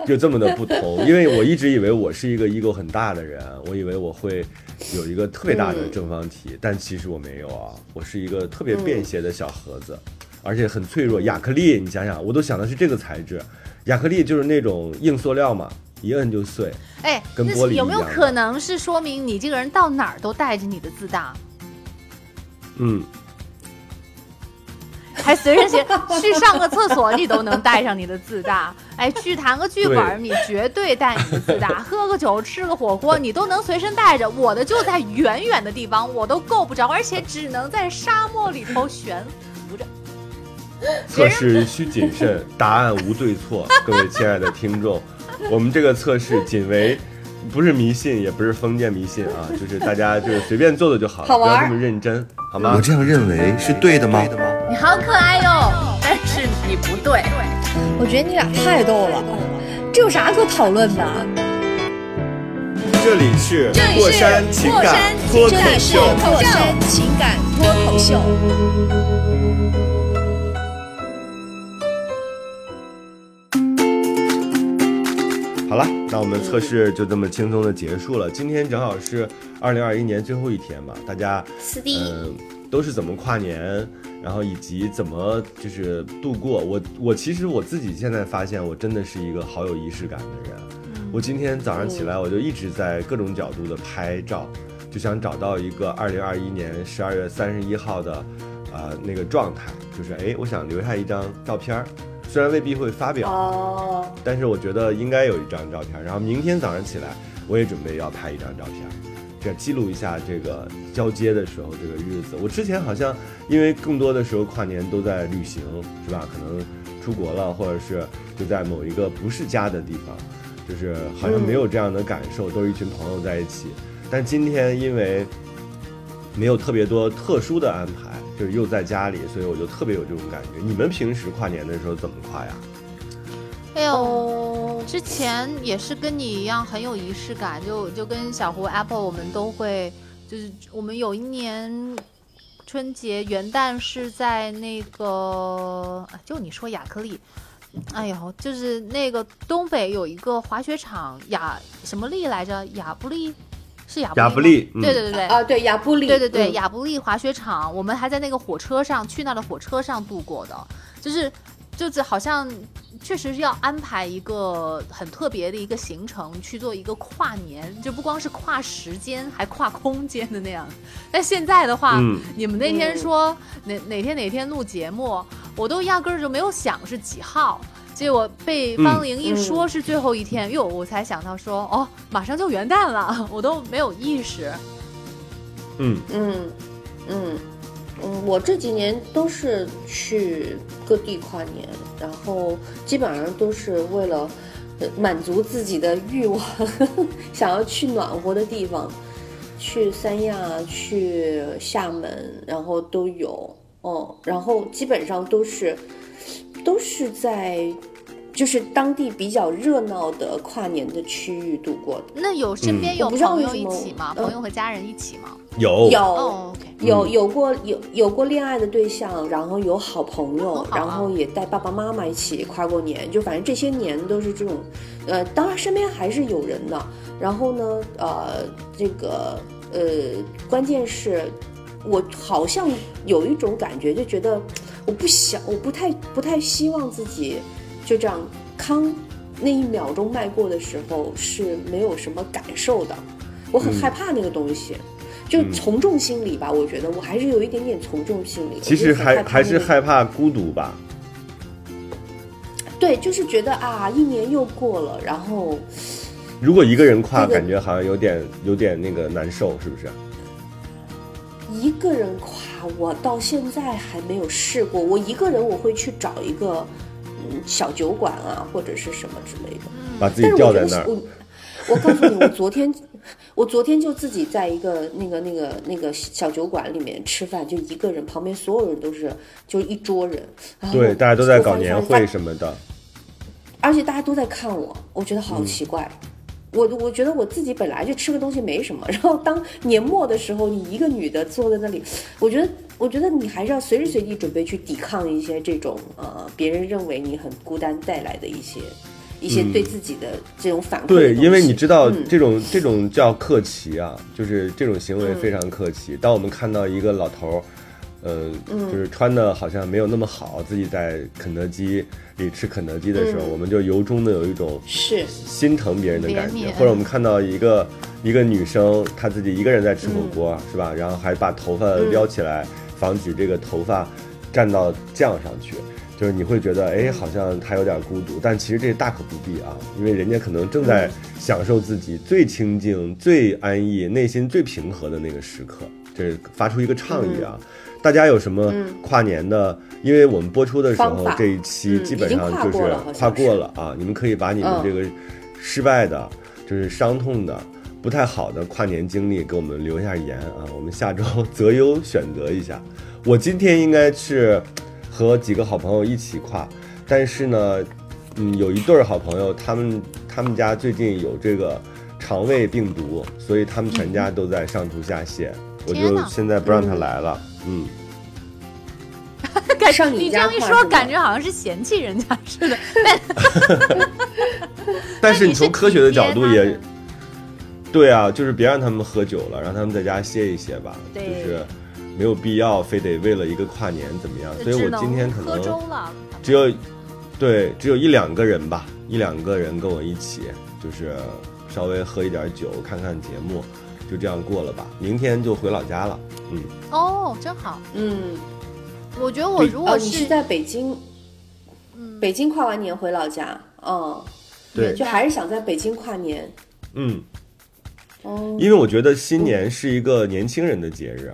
就这么的不同。因为我一直以为我是一个 ego 很大的人，我以为我会有一个特别大的正方体，但其实我没有啊，我是一个特别便携的小盒子。而且很脆弱，亚克力，你想想，我都想的是这个材质，亚克力就是那种硬塑料嘛，一摁就碎。哎，跟那玻璃是有没有一样的可能是说明你这个人到哪儿都带着你的自大，嗯，还随身携去上个厕所，你都能带上你的自大。哎，去谈个剧本，你绝对带你的自大；喝个酒、吃个火锅，你都能随身带着。我的就在远远的地方，我都够不着，而且只能在沙漠里头悬浮着。测试需谨慎，答案无对错。各位亲爱的听众，我们这个测试仅为不是迷信，也不是封建迷信啊，就是大家就是随便做做就好了，好不玩要儿这么认真，好吗？这样认为是对的吗？你好可爱哟、但是你不对。我觉得你俩太逗了，这有啥可讨论的？这里是过山情感脱口秀。过山情感脱口秀。好了，那我们测试就这么轻松的结束了。今天正好是二零二一年最后一天嘛，大家是的嗯、都是怎么跨年，然后以及怎么就是度过。我我其实我自己现在发现，我真的是一个好有仪式感的人。我今天早上起来，我就一直在各种角度的拍照，就想找到一个二零二一年十二月三十一号的，呃，那个状态，就是哎，我想留下一张照片儿，虽然未必会发表，哦，但是我觉得应该有一张照片。然后明天早上起来，我也准备要拍一张照片，这记录一下这个交接的时候这个日子。我之前好像因为更多的时候跨年都在旅行，是吧？可能出国了，或者是就在某一个不是家的地方，就是好像没有这样的感受，都是一群朋友在一起。但今天因为没有特别多特殊的安排，就是又在家里，所以我就特别有这种感觉。你们平时跨年的时候怎么跨呀？哎呦，之前也是跟你一样很有仪式感，就就跟小胡 Apple，我们都会，就是我们有一年春节元旦是在那个，啊就你说亚克力。哎呦，就是那个东北有一个滑雪场雅什么力来着？雅布力，是雅布亚吗布力嗯对对对对，啊，对，亚布力，对对对，嗯亚布力滑雪场，我们还在那个火车上去那儿的火车上度过的，就是就是好像确实是要安排一个很特别的一个行程去做一个跨年，就不光是跨时间，还跨空间的那样。但现在的话，嗯你们那天说、哪哪天哪天录节目，我都压根儿就没有想是几号。结果被方玲一说是最后一天，哟、我才想到说，哦，马上就元旦了，我都没有意识。嗯。嗯嗯嗯，我这几年都是去各地跨年，然后基本上都是为了呃满足自己的欲望， 想要去暖和的地方，去三亚、去厦门，然后都有。嗯，然后基本上都是都是在就是当地比较热闹的跨年的区域度过的。那有身边嗯有我不知道朋为友什一么起吗？嗯朋友和家人一起吗？有有、哦，OK，有嗯有过有有过恋爱的对象，然后有好朋友，好啊然后也带爸爸妈妈一起跨过年，就反正这些年都是这种，呃，当然身边还是有人的。然后呢，呃，这个呃，关键是，我好像有一种感觉，就觉得我不想，我不太不太希望自己就这样康那一秒钟迈过的时候是没有什么感受的，我很嗯害怕那个东西。就从众心理吧，我觉得我还是有一点点从众心理。其我实就很还害怕还是那个害怕孤独吧。对，就是觉得啊，一年又过了，然后如果一个人跨，这个感觉好像有点有点那个难受，是不是？嗯一个人跨，我到现在还没有试过。我一个人我会去找一个嗯小酒馆啊，或者是什么之类的。把自己但是吊我在那觉得儿，我，我告诉你，我昨天，我昨天就自己在一个那个那个那个小酒馆里面吃饭，就一个人，旁边所有人都是就一桌人，然后对，大家都在我搞发现年发会什么的。而且大家都在看我，我觉得嗯好奇怪。我我觉得我自己本来就吃个东西没什么， 然后当年末的时候，你一个女的坐在那里，我觉得我觉得你还是要随时随地准备去抵抗一些这种呃别人认为你很孤单带来的一些一些对自己的这种反馈的东西、嗯对，因为你知道嗯这种这种叫客气啊，就是这种行为非常客气。嗯当我们看到一个老头儿，呃，就是穿的好像没有那么好，自己在肯德基里吃肯德基的时候，嗯我们就由衷的有一种是心疼别人的感怜觉，悯或者我们看到一个一个女生，她自己一个人在吃火锅，啊嗯是吧？然后还把头发撩起来，防止这个头发站到酱上去，就是你会觉得，哎，好像她有点孤独，但其实这大可不必啊，因为人家可能正嗯在享受自己最清静、最安逸、内心最平和的那个时刻。这是发出一个倡议啊，嗯大家有什么跨年的？因为我们播出的时方候法这一期嗯基本已经上跨就过是了好像跨是过了啊，你们可以把你们嗯这个失败的、就是伤痛的、不太好的跨年经历给我们留一下言啊，我们下周择优选择一下。我今天应该是和几个好朋友一起跨，但是呢，嗯，有一对儿好朋友，他们他们家最近有这个肠胃病毒，所以他们全家都在上吐下泻，我天就哪现在不让他来了，嗯。感上你你这家样一话说，是吗感觉好像是嫌弃人家似的。但但是你从科学的角度那你也是体贴，对啊，就是别让他们喝酒了，让他们在家歇一歇吧，就对是没有必要非得为了一个跨年怎么样。所以只我能今天可喝粥能了，只有，对，只有一两个人吧，一两个人跟我一起，就是稍微喝一点酒，看看节目，就这样过了吧。明天就回老家了，嗯。哦，真好。嗯，我觉得我如哦，果你是是嗯在北京，北京跨完年回老家，嗯，对就还是想在北京跨年。嗯，哦，因为我觉得新年是一个年轻人的节日，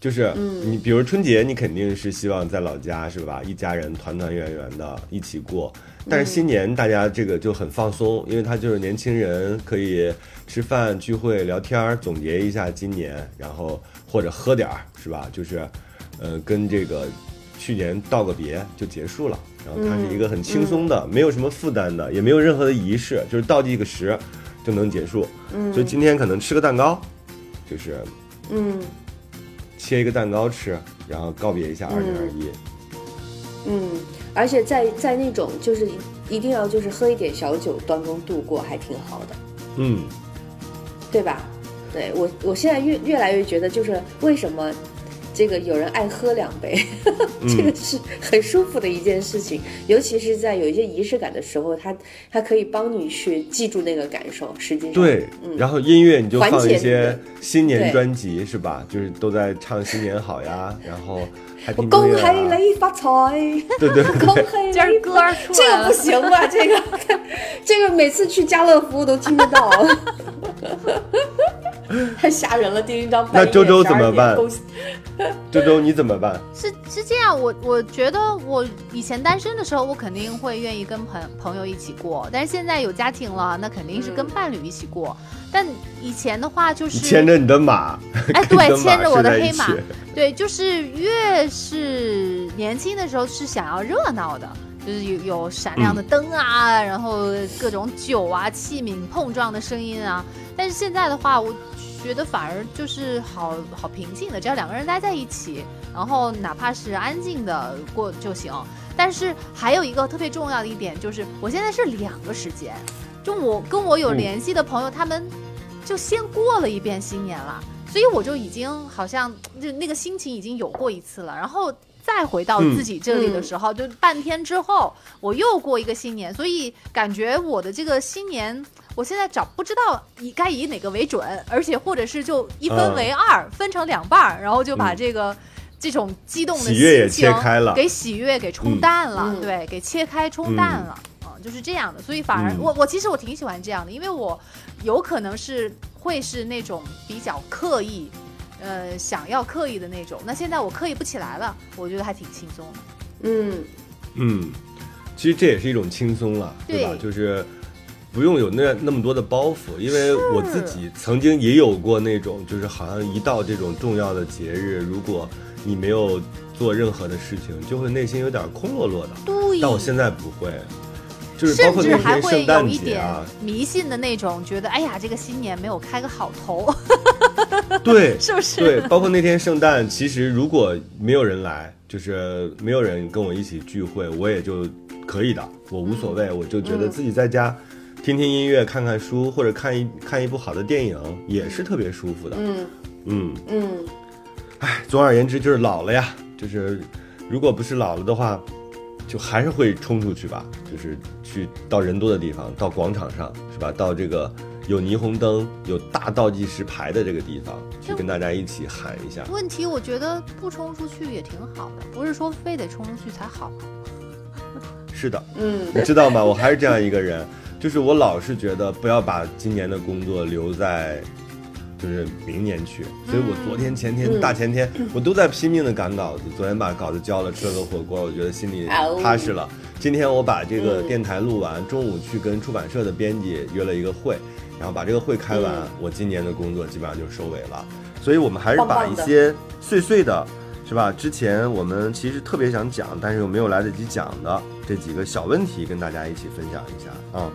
就是嗯你比如春节，你肯定是希望在老家是吧？一家人团团圆圆的一起过。但是新年大家这个就很放松，因为他就是年轻人可以吃饭聚会聊天儿，总结一下今年，然后或者喝点儿是吧？就是，呃，跟这个去年道个别就结束了。然后它是一个很轻松的，没有什么负担的，也没有任何的仪式，就是倒计个时就能结束。所以今天可能吃个蛋糕，就是嗯切一个蛋糕吃，然后告别一下二零二一。嗯，而且在在那种就是一定要就是喝一点小酒，端公度过还挺好的。嗯，对吧？对我，我现在越越来越觉得，就是为什么这个有人爱喝两杯， 嗯这个是很舒服的一件事情，尤其是在有一些仪式感的时候，它它可以帮你去记住那个感受。实际上，对。嗯，然后音乐你就缓放解一你些的新年对专辑是吧？就是都在唱新年好呀，然后 Happy 我 New 恭 Year 喜啊你发财， 对对对，恭喜今你儿歌儿出这来个了不，行 吧？这个这个每次去家乐福都听得到， 太吓人了！第一张半夜那周周怎么12点办恭喜周周你怎么办？是是这样，我我觉得我以前单身的时候，我肯定会愿意跟朋朋友一起过，但是现在有家庭了，那肯定是跟嗯伴侣一起过。但以前的话就你是牵着你的马，哎，跟你对，马牵着我睡的在一黑马起，对，就是越是年轻的时候是想要热闹的，就是有有闪亮的灯啊，然后各种酒啊、器皿碰撞的声音啊。但是现在的话，我觉得反而就是好好平静的，只要两个人待在一起，然后哪怕是安静的过就行。但是还有一个特别重要的一点就是，我现在是两个时间，就我跟我有嗯联系的朋友，他们就先过了一遍新年了，所以我就已经好像就那个心情已经有过一次了，然后再回到自己这嗯里的时候，就半天之后我又过一个新年，所以感觉我的这个新年。我现在找不知道以该以哪个为准，而且或者是就一分为二，分成两半儿，然后就把嗯这个、这种激动的喜悦也心情切开了给喜悦给冲淡了，嗯对，给切开冲淡了。啊，就是这样的，所以反而、嗯我我其实我挺喜欢这样的，因为我有可能是会是那种比较刻意，呃，想要刻意的那种。那现在我刻意不起来了，我觉得还挺轻松的。嗯。嗯，其实这也是一种轻松了，对吧？对就是不用有那那么多的包袱，因为我自己曾经也有过那种，就是好像一到这种重要的节日，如果你没有做任何的事情，就会内心有点空落落的。对但我现在不会，就是嗯包甚括至那还天会圣有诞一节点啊，迷信的那种，觉得哎呀，这个新年没有开个好头， 对，是不是？对，包括那天圣诞，其实如果没有人来，就是没有人跟我一起聚会，我也就可以的，我无嗯所谓，我就觉得自己在家。听听音乐，看看书，或者看一看一部好的电影，也是特别舒服的。嗯嗯，嗯哎，总而言之就是老了呀，就是如果不是老了的话，就还是会冲出去吧，就是去到人多的地方，到广场上是吧？到这个有霓虹灯、有大倒计时牌的这个地方，去跟大家一起喊一下。问题我觉得不冲出去也挺好的，不是说非得冲出去才好。啊是的，嗯你知道吗？我还是这样一个人，就是我老是觉得不要把今年的工作留在，就是明年去。所以我嗯昨天、前天、大前天，我都在拼命的赶稿子。昨天把稿子交了，吃了个火锅，我觉得心里哦嗯踏实了。今天我把这个电台录完，中午去跟出版社的编辑约了一个会，然后把这个会开完，我今年的工作基本上就收尾了。所以我们还是嗯棒把棒一的些碎碎的，是吧？之前我们其实特别想讲，但是又没有来得及讲的这几个小问题，跟大家一起分享一下啊、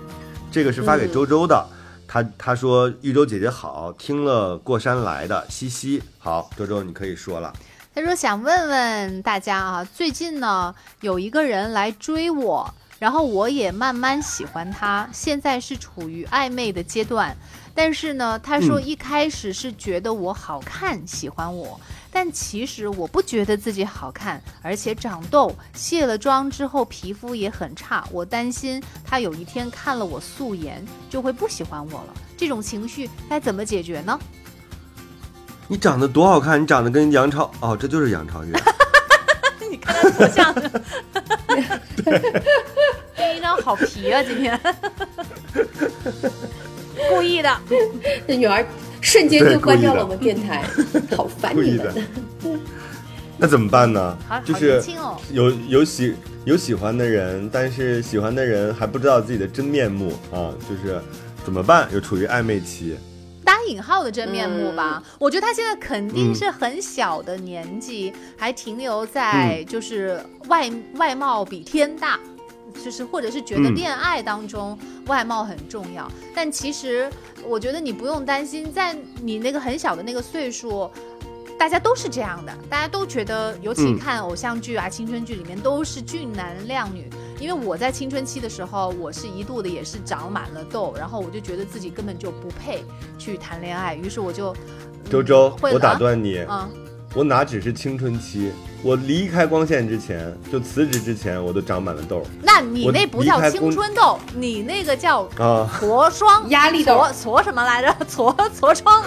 这个是发给周周的，嗯他他说玉周姐姐好，听了过山来的西西好，周周你可以说了，他说想问问大家啊，最近呢有一个人来追我，然后我也慢慢喜欢他，现在是处于暧昧的阶段。但是呢，他说嗯一开始是觉得我好看，喜欢我，但其实我不觉得自己好看，而且长痘，卸了妆之后皮肤也很差。我担心他有一天看了我素颜就会不喜欢我了，这种情绪该怎么解决呢？你长得多好看，你长得跟杨超哦，这就是 杨超越。你看他头像， 这一张好皮啊，今天 故意的。那女儿瞬间对就故关意掉的了我们电 台，好烦故你意们的。 那怎么办呢好？就好年是轻哦有有喜有喜欢的人，但是喜欢的人还不知道自己的真面目啊，就是怎么办？又处于暧昧期，打引号的真面嗯目吧。我觉得他现在肯定是很小的年纪，还停留嗯在就是外、外貌比天大。就是，或者是觉得嗯恋爱当中外貌很重要，但其实我觉得你不用担心，在你那个很小的那个岁数，大家都是这样的，大家都觉得，尤其嗯看偶像剧啊、青春剧里面都是俊男靓女。因为我在青春期的时候，我是一度的也是长满了痘，然后我就觉得自己根本就不配去谈恋爱，于是我就，嗯周周，会我打了断你，啊，我哪只是青春期？我离开光线之前，就辞职之前，我都长满了痘那你我那不离叫开青公春痘，你那个叫啊！痤疮、压力痘痤痤什么来着？痤痤疮，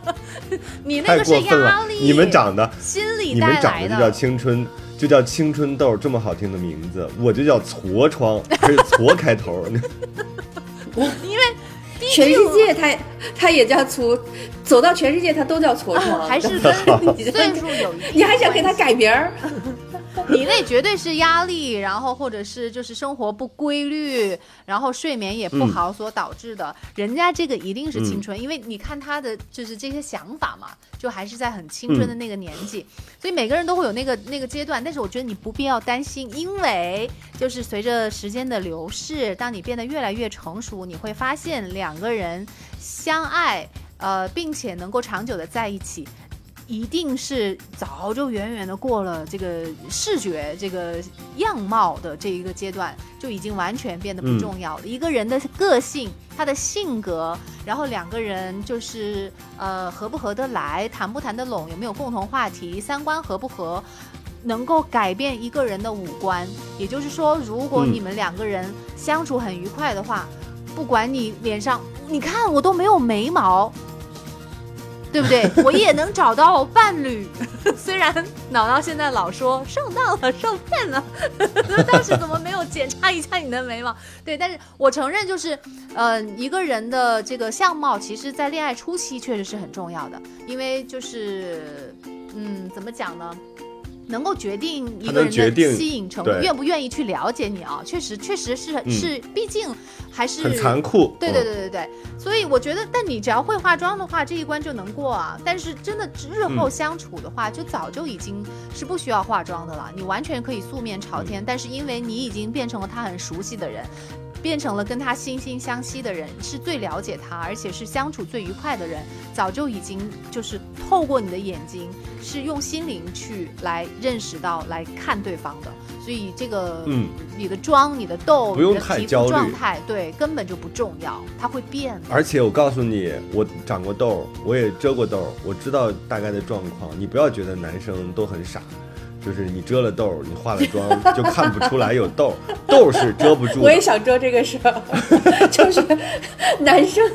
你那太个是过分压了力，，你们长的，心理你们带长来的就叫青春，就叫青春痘，这么好听的名字，我就叫痤疮，还是痤开头。全世界他他也叫痤，走到全世界他都叫痤疮，啊还是跟 你这岁数有一定你还想给他关系改名儿？你那绝对是压力，然后或者是就是生活不规律，然后睡眠也不好所导致的。人家这个一定是青春，因为你看他的就是这些想法嘛，就还是在很青春的那个年纪，所以每个人都会有那个那个阶段。但是我觉得你不必要担心，因为就是随着时间的流逝，当你变得越来越成熟，你会发现两个人相爱，呃，并且能够长久的在一起，一定是早就远远的过了这个视觉、这个样貌的这一个阶段，就已经完全变得不重要了。一个人的个性、他的性格，然后两个人就是呃合不合得来，谈不谈得拢，有没有共同话题，三观合不合。能够改变一个人的五官，也就是说，如果嗯你们两个人相处很愉快的话，不管你脸上，你看我都没有眉毛，对不对？我也能找到伴侣，虽然脑脑现在老说上当了、上骗了，当时怎么没有检查一下你的眉毛？对，但是我承认，就是，呃，一个人的这个相貌，其实在恋爱初期确实是很重要的，因为就是，嗯，怎么讲呢？能够决定一它个能决人的定吸引程度，对愿不愿意去了解你啊？确实，确实是嗯是，毕竟还 是很残酷。对对嗯，对对对，所以我觉得，但你只要会化妆的话，这一关就能过啊。但是真的日嗯后相处的话，就早就已经是不需要化妆的了，你完全可以素面朝嗯天。但是因为你已经变成了他很熟悉的人，变成了跟他惺惺相惜的人，是最了解他，而且是相处最愉快的人，早就已经就是透过你的眼睛，是用心灵去来认识到、来看对方的。所以这个，嗯，你的妆、你的痘、不用你的太皮焦肤虑状态，对，根本就不重要，它会变的。而且我告诉你，我长过痘，我也遮过痘，我知道大概的状况。你不要觉得男生都很傻，就是你遮了痘，你化了妆就看不出来有痘， 痘是遮不住我的也。想遮这个事儿， 就是男生，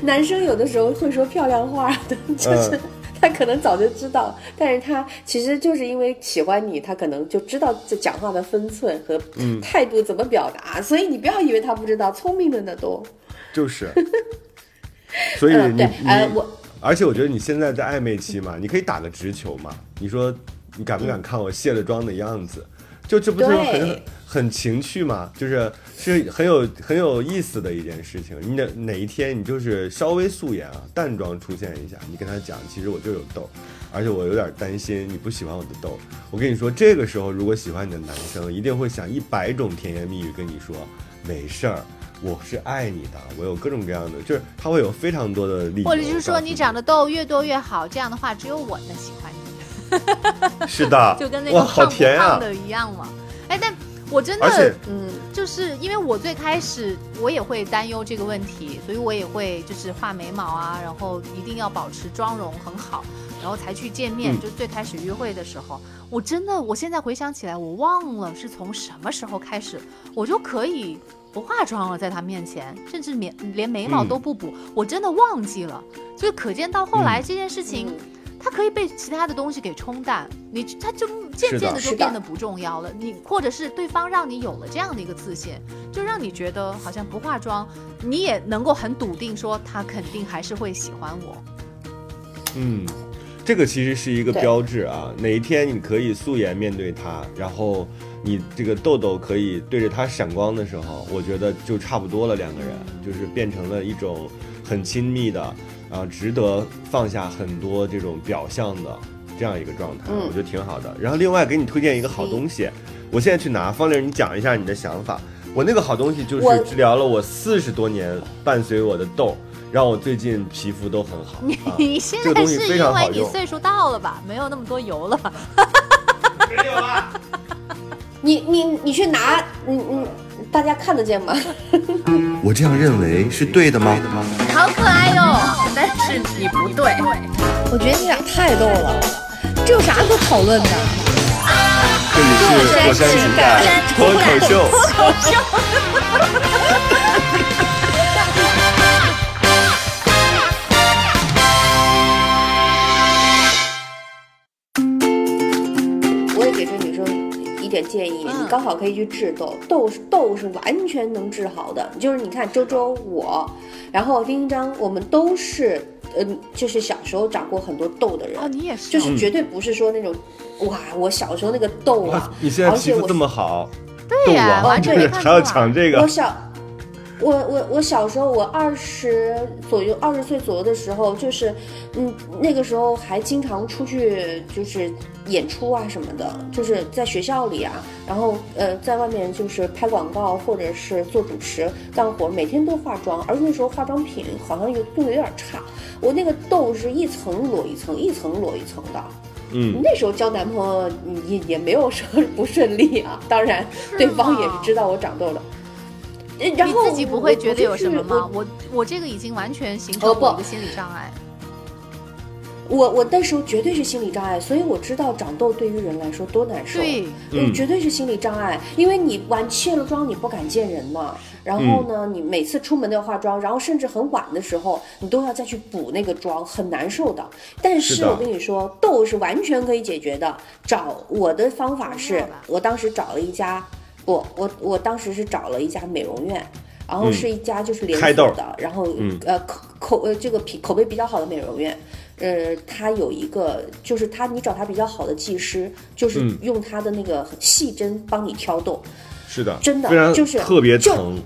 男生有的时候会说漂亮话的，就是嗯他可能早就知道，但是他其实就是因为喜欢你，他可能就知道这讲话的分寸和态度怎么表达，所以你不要以为他不知道，聪明的呢都。就是， 所以嗯你、对呃你我而且我觉得你现在在暧昧期嘛，你可以打个直球嘛，你说你敢不敢看我卸了妆的样子？就这不就嗯对很很情趣嘛，就是是很有很有意思的一件事情。你哪哪一天你就是稍微素颜啊，淡妆出现一下，你跟他讲，其实我就有痘，而且我有点担心你不喜欢我的痘。我跟你说，这个时候如果喜欢你的男生，一定会想一百种甜言蜜语跟你说，没事儿。我是爱你的，我有各种各样的，就是他会有非常多的理由告或诉者你。就是说你长得痘越多越好，这样的话只有我能喜欢你，是的，就跟那哇，个好胖不甜胖啊！的一样嘛。哎，但我真而且的嗯，就是因为我最开始我也会担忧这个问题，所以我也会就是画眉毛啊，然后一定要保持妆容很好，然后才去见面。嗯就最开始约会的时候，我真的我现在回想起来，我忘了是从什么时候开始，我就可以不化妆了，在他面前，甚至连连眉毛嗯都不补，我真的忘记了。所以可见到后来这件事情。嗯它可以被其他的东西给冲淡，你它就渐是的渐的就是的变得不重要了。你或者是对方让你有了这样的一个自信，就让你觉得好像不化妆，你也能够很笃定说他肯定还是会喜欢我。嗯，这个其实是一个对标志啊，哪一天你可以素颜面对它，然后你这个痘痘可以对着它闪光的时候，我觉得就差不多了，两个人就是变成了一种很亲密的，啊、值得放下很多这种表象的这样一个状态，嗯我觉得挺好的。然后另外给你推荐一个好东西，我现在去拿，方玲，你讲一下你的想法。我那个好东西就我是治疗了我四十多年伴随我的痘，让我最近皮肤都很好。 啊 你现这个在东西是非因常为好你用岁数到了吧，没有那么多油了吧？没有啊。你你你去拿，你你大家看得见吗？我这样认为是对的吗？好可爱哟、 但是你不对，我觉得你俩太逗了，这有啥可讨论的？这里是火山情感脱口秀。我也给这女生一点建议，嗯你刚好可以去治痘，痘是痘是完全能治好的。就是你看周周我，然后丁丁张，我们都是，嗯、就是小时候长过很多痘的人，哦，你也是 就哦，是绝对不是说那种，哇，我小时候那个痘啊，你现在而皮且肤我这么好，对呀、逗我完全没看出还要来。抢这我个？小，我我我小时候，我二十左右，二十岁左右的时候，就是，嗯，那个时候还经常出去就是演出啊什么的，就是在学校里啊，然后呃，在外面就是拍广告或者是做主持干活，每天都化妆，而那时候化妆品好像有用的有点差，我那个痘是一层摞一层，一层摞一层的。嗯，那时候交男朋友嗯也也没有说不顺利啊，当然吗对方也是知道我长痘了。呃然你后自己不会觉得有什么我吗？我我这个已经完全形成哦不我一个心理障碍。我我那时候绝对是心理障碍，所以我知道长痘对于人来说多难受。对，嗯，嗯绝对是心理障碍，因为你完卸了妆，你不敢见人嘛。然嗯后呢，你每次出门都要化妆，然后甚至很晚的时候，你都要再去补那个妆，很难受的。但是是的我跟你说，痘是完全可以解决的。找我的方法是，我当时找了一家，不，我我当时是找了一家美容院。然后嗯是一家就是连开锁豆的，然后、嗯呃口口呃这个品口碑比较好的美容院，呃，它有一个就是它你找它比较好的技师，就是嗯用它的那个细针帮你挑痘，是的，真的非常就是特别就疼。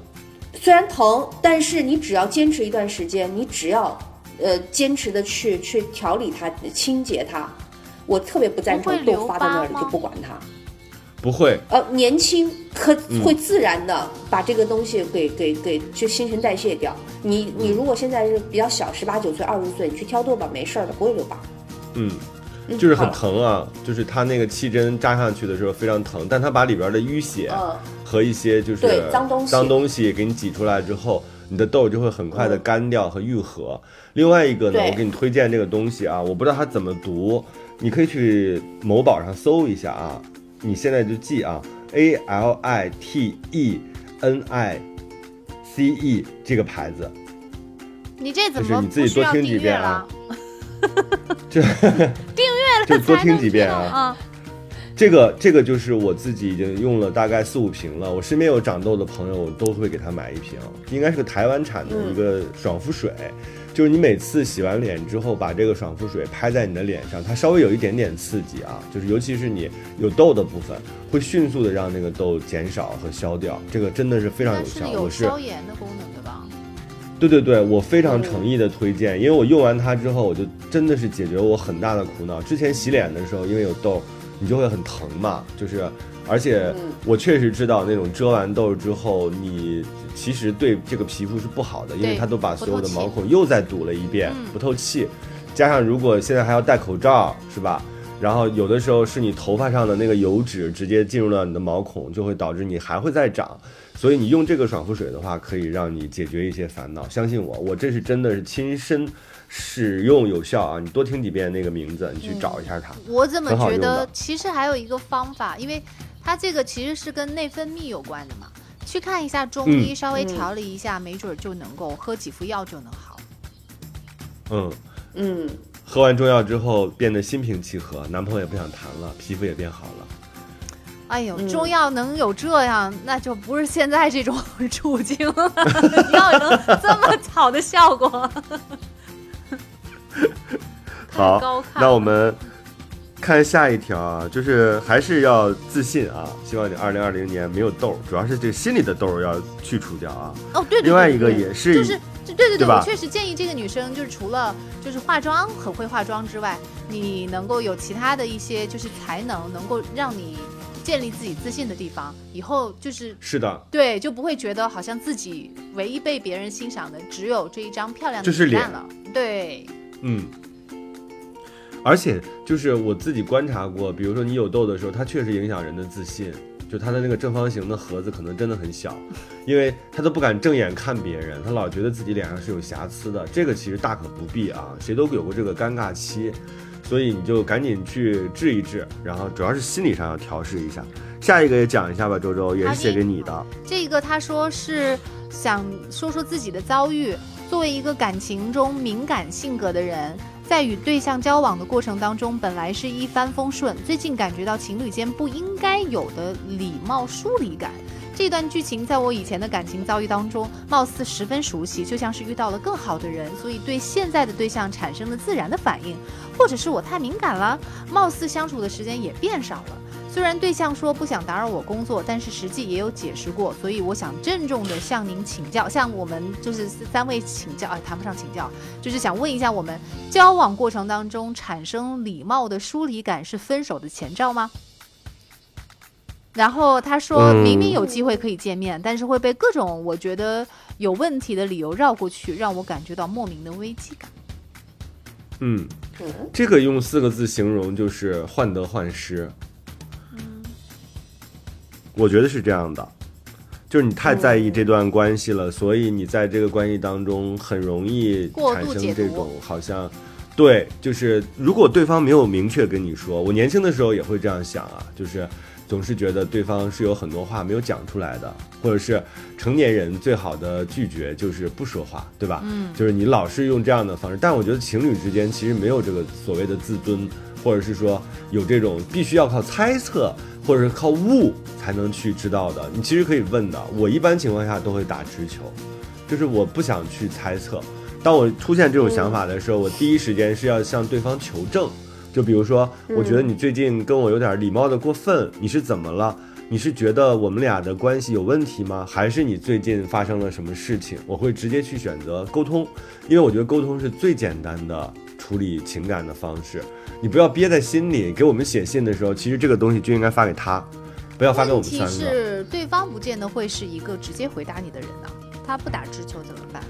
虽然疼，但是你只要坚持一段时间，你只要呃坚持的去去调理它、清洁它。我特别不赞不会成留痘发到那疤里吗就不管它，不会，呃，年轻可嗯会自然的把这个东西给给给就新陈代谢掉。你嗯你如果现在是比较小，十八九岁、二十岁，你去挑痘吧，没事儿的，不会留疤。嗯，嗯就是很好疼啊，就是它那个气针扎上去的时候非常疼，但它把里边的淤血嗯和一些就是对脏东西西给你挤出来之后，你的痘就会很快的干掉和愈合。另外一个呢，嗯对我给你推荐这个东西啊，我不知道它怎么读，你可以去某宝上搜一下啊，你现在就记啊，A L I T E N I C E 这个牌子，你这怎就是么你自己不需多要听订几阅遍啊了？ 这就多听几遍啊。啊！这个这个就是我自己已经用了大概四五瓶了，我身边有长痘的朋友，我都会给他买一瓶，应该是个台湾产的一个嗯爽肤水，就是你每次洗完脸之后，把这个爽肤水拍在你的脸上，它稍微有一点点刺激啊，就是尤其是你有痘的部分，会迅速的让那个痘减少和消掉，这个真的是非常它有是效，有我是消炎的功能对吧？对对对，我非常诚意的推荐，因为我用完它之后，我就真的是解决我很大的苦恼。之前洗脸的时候，因为有痘，你就会很疼嘛，就是，而且我确实知道那种遮完痘之后，你其实对这个皮肤是不好的，因为对它都把所有的不透气嗯毛孔又再堵了一遍，不透气，加上如果现在还要戴口罩，是吧？然后有的时候是你头发上的那个油脂直接进入到你的毛孔，就会导致你还会再长。所以你用这个爽肤水的话，可以让你解决一些烦恼。相信我，我这是真的是亲身使用有效啊！你多听几遍那个名字，你嗯去找一下它。我怎么很好觉用得的其实还有一个方法，因为它这个其实是跟内分泌有关的嘛，去看一下中医，嗯稍微调理一下，没准儿就能够喝几副药就能好。嗯，嗯，喝完中药之后变得心平气和，男朋友也不想谈了，皮肤也变好了。哎呦，嗯中药能有这样，那就不是现在这种处境 了，要能这么好的效果，太高好，看那了我们看下一条啊，就是还是要自信啊，希望你二零二零年没有痘儿，主要是这个心里的痘儿要去除掉啊。哦，对对对，另外一个对也是，就是就对对对，对吧我确实建议这个女生，就是除了就是化妆很会化妆之外，你能够有其他的一些就是才能，能够让你建立自己自信的地方，以后就是是的，对就不会觉得好像自己唯一被别人欣赏的只有这一张漂亮的就是脸蛋脸了。对，嗯，而且就是我自己观察过，比如说你有痘的时候，它确实影响人的自信。就它的那个正方形的盒子可能真的很小，因为他都不敢正眼看别人，他老觉得自己脸上是有瑕疵的。这个其实大可不必啊，谁都有过这个尴尬期，所以你就赶紧去治一治，然后主要是心理上要调试一下。下一个也讲一下吧，周周也是写给你的，这个她说是想说说自己的遭遇。作为一个感情中敏感性格的人，在与对象交往的过程当中，本来是一帆风顺，最近感觉到情侣间不应该有的礼貌疏离感。这段剧情在我以前的感情遭遇当中，貌似十分熟悉，就像是遇到了更好的人，所以对现在的对象产生了自然的反应，或者是我太敏感了，貌似相处的时间也变少了。虽然对象说不想打扰我工作，但是实际也有解释过，所以我想郑重的向您请教，向我们就是三位请教，啊，谈不上请教，就是想问一下，我们交往过程当中产生礼貌的疏离感是分手的前兆吗？然后他说，嗯明明有机会可以见面，但是会被各种我觉得有问题的理由绕过去，让我感觉到莫名的危机感。嗯，嗯这个用四个字形容就是患得患失。嗯我觉得是这样的，就是你太在意这嗯段关系了，所以你在这个关系当中很容易过产度生解这读种好像。对，就是如果对方没有明确跟你说，我年轻的时候也会这样想啊，就是总是觉得对方是有很多话没有讲出来的，或者是成年人最好的拒绝就是不说话，对吧？嗯，就是你老是用这样的方式，但我觉得情侣之间其实没有这个所谓的自尊，或者是说有这种必须要靠猜测或者是靠悟才能去知道的，你其实可以问的。我一般情况下都会打直球，就是我不想去猜测。当我出现这种想法的时候，我第一时间是要向对方求证。就比如说，我觉得你最近跟我有点礼貌的过分，你是怎么了？你是觉得我们俩的关系有问题吗？还是你最近发生了什么事情？我会直接去选择沟通，因为我觉得沟通是最简单的处理情感的方式。你不要憋在心里，给我们写信的时候，其实这个东西就应该发给他，不要发给我问们题三个。是对方不见得会是一个直接回答你的人呢、他不打直球怎么办？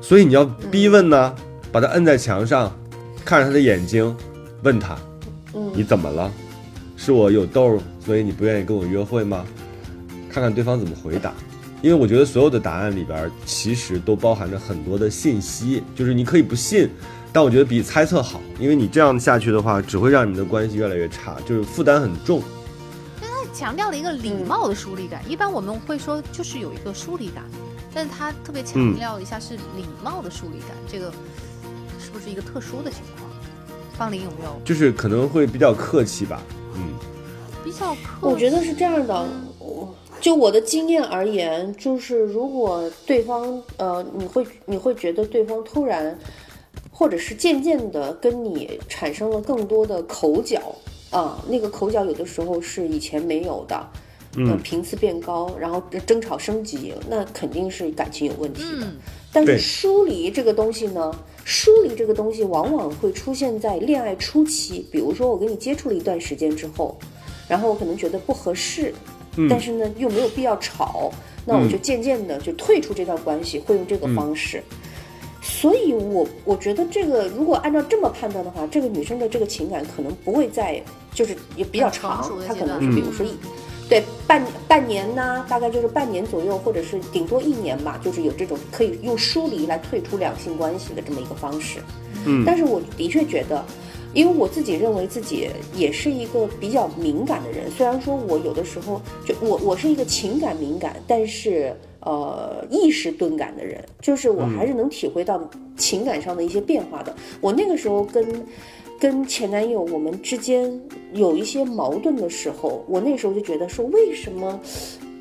所以你要逼问呢，把他摁在墙上，看着他的眼睛，问他，你怎么了？是我有痘儿，所以你不愿意跟我约会吗？看看对方怎么回答。因为我觉得所有的答案里边儿其实都包含着很多的信息，就是你可以不信，但我觉得比猜测好，因为你这样下去的话，只会让你们的关系越来越差，就是负担很重。强调了一个礼貌的疏离感。嗯一般我们会说就是有一个疏离感，但是他特别强调了一下是礼貌的疏离感，这个是不是一个特殊的情况？方林有没有就是可能会比较客气吧，嗯，比较客？我觉得是这样的，我就我的经验而言，就是如果对方呃，你会你会觉得对方突然，或者是渐渐的跟你产生了更多的口角啊，那个口角有的时候是以前没有的。嗯，频次变高，然后争吵升级，那肯定是感情有问题的。嗯但对是疏离这个东西呢，疏离这个东西往往会出现在恋爱初期，比如说我跟你接触了一段时间之后，然后我可能觉得不合适，但是呢又没有必要吵，那我就渐渐的就退出这段关系，会用这个方式。所以我我觉得这个如果按照这么判断的话，这个女生的这个情感可能不会在就是也比较长成熟，的她阶可能段是比如说一。对，半半年呐，大概就是半年左右，或者是顶多一年吧，就是有这种可以用疏离来退出两性关系的这么一个方式。嗯但是我的确觉得，因为我自己认为自己也是一个比较敏感的人，虽然说我有的时候就我我是一个情感敏感，但是呃意识钝感的人，就是我还是能体会到情感上的一些变化的。我那个时候跟。跟前男友我们之间有一些矛盾的时候，我那时候就觉得说，为什么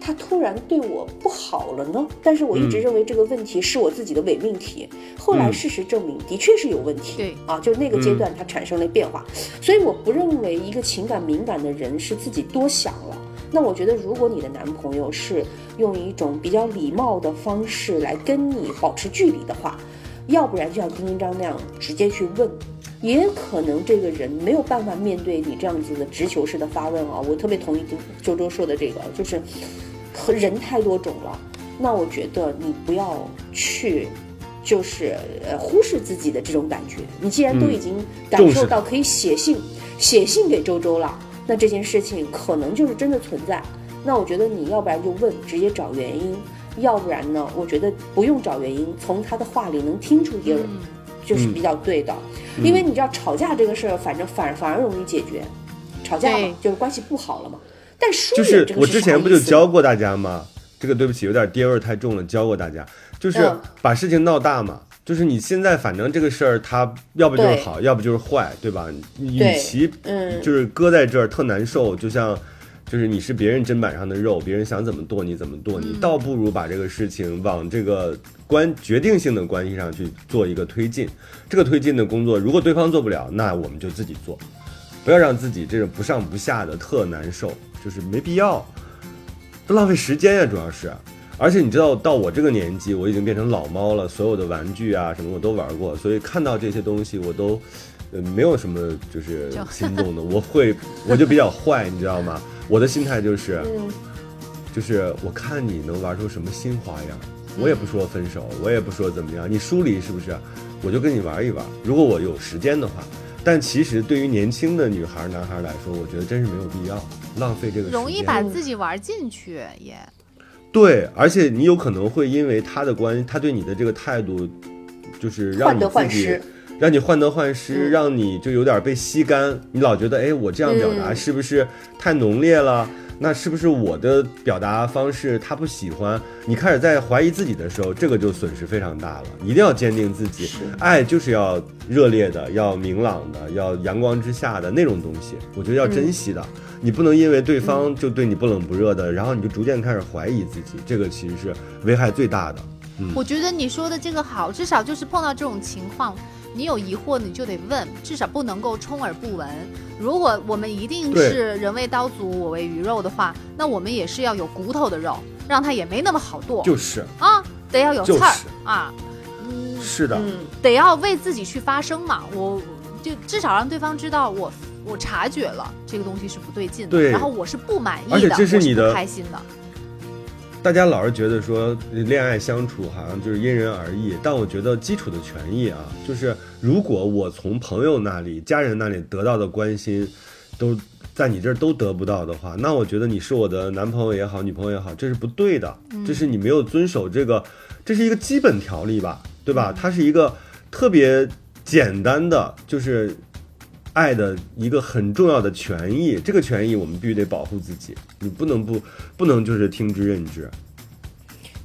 他突然对我不好了呢？但是我一直嗯认为这个问题是我自己的伪命题，后来嗯事实证明的确是有问题。对啊，就那个阶段它产生了变化，所以我不认为一个情感敏感的人是自己多想了。那我觉得，如果你的男朋友是用一种比较礼貌的方式来跟你保持距离的话，要不然就像丁丁章那样直接去问，也可能这个人没有办法面对你这样子的直球式的发问啊。我特别同意丁周周说的这个，就是和人太多种了。那我觉得你不要去，就是呃忽视自己的这种感觉。你既然都已经感嗯重视受到可以写信、写信给周周了，那这件事情可能就是真的存在。那我觉得你要不然就问，直接找原因；要不然呢，我觉得不用找原因，从他的话里能听出一个人，就是嗯比较对的。因为你知道吵架这个事儿，反正反反而容易解决，吵架嘛对，就是关系不好了嘛。但疏就远是这个我是之啥前不就意思呢教过大家吗？这个对不起，有点爹味儿太重了，教过大家，就是嗯把事情闹大嘛。就是你现在反正这个事儿，它要不就是对好，要不就是坏，对吧？你对与其嗯就是搁在这儿特难受，就像就是你是别人砧板上的肉，别人想怎么剁你怎么剁你，倒不如把这个事情往这个关决定性的关系上去做一个推进。这个推进的工作，如果对方做不了，那我们就自己做，不要让自己这种不上不下的特难受，就是没必要，都浪费时间呀、主要是。而且你知道，到我这个年纪，我已经变成老猫了，所有的玩具啊什么我都玩过，所以看到这些东西我都，呃，没有什么就是就心动的。我会，我就比较坏，你知道吗？我的心态就是，嗯就是我看你能玩出什么新花样，我嗯也不说分手，我也不说怎么样，你疏离是不是？我就跟你玩一玩，如果我有时间的话。但其实对于年轻的女孩儿、男孩儿来说，我觉得真是没有必要浪费这个时间。嗯容易把自己玩进去也。对，而且你有可能会因为他的关，他对你的这个态度，就是让患你得自患己失，让你患得患失，让你就有点被吸干。你老觉得，哎，我这样表达嗯是不是太浓烈了？那是不是我的表达方式他不喜欢？你开始在怀疑自己的时候，这个就损失非常大了。你一定要坚定自己，爱就是要热烈的，要明朗的，要阳光之下的那种东西，我觉得要珍惜的。你不能因为对方就对你不冷不热的，然后你就逐渐开始怀疑自己，这个其实是危害最大的。我觉得你说的这个好，至少就是碰到这种情况，你有疑惑你就得问，至少不能够充耳不闻。如果我们一定对是人为刀俎，我为鱼肉的话，那我们也是要有骨头的肉，让它也没那么好剁就是，啊，得要有刺就儿、是啊，是的，嗯，得要为自己去发声嘛。我就至少让对方知道我我察觉了这个东西是不对劲的，对然后我是不满意的，而且这是我你不的开心的。大家老是觉得说恋爱相处好像就是因人而异，但我觉得基础的权益啊，就是如果我从朋友那里、家人那里得到的关心，都在你这儿都得不到的话，那我觉得你是我的男朋友也好、女朋友也好，这是不对的，这是你没有遵守这个，这是一个基本条例吧，对吧？它是一个特别简单的，就是爱的一个很重要的权益，这个权益我们必须得保护自己，你不能不不能就是听之任之。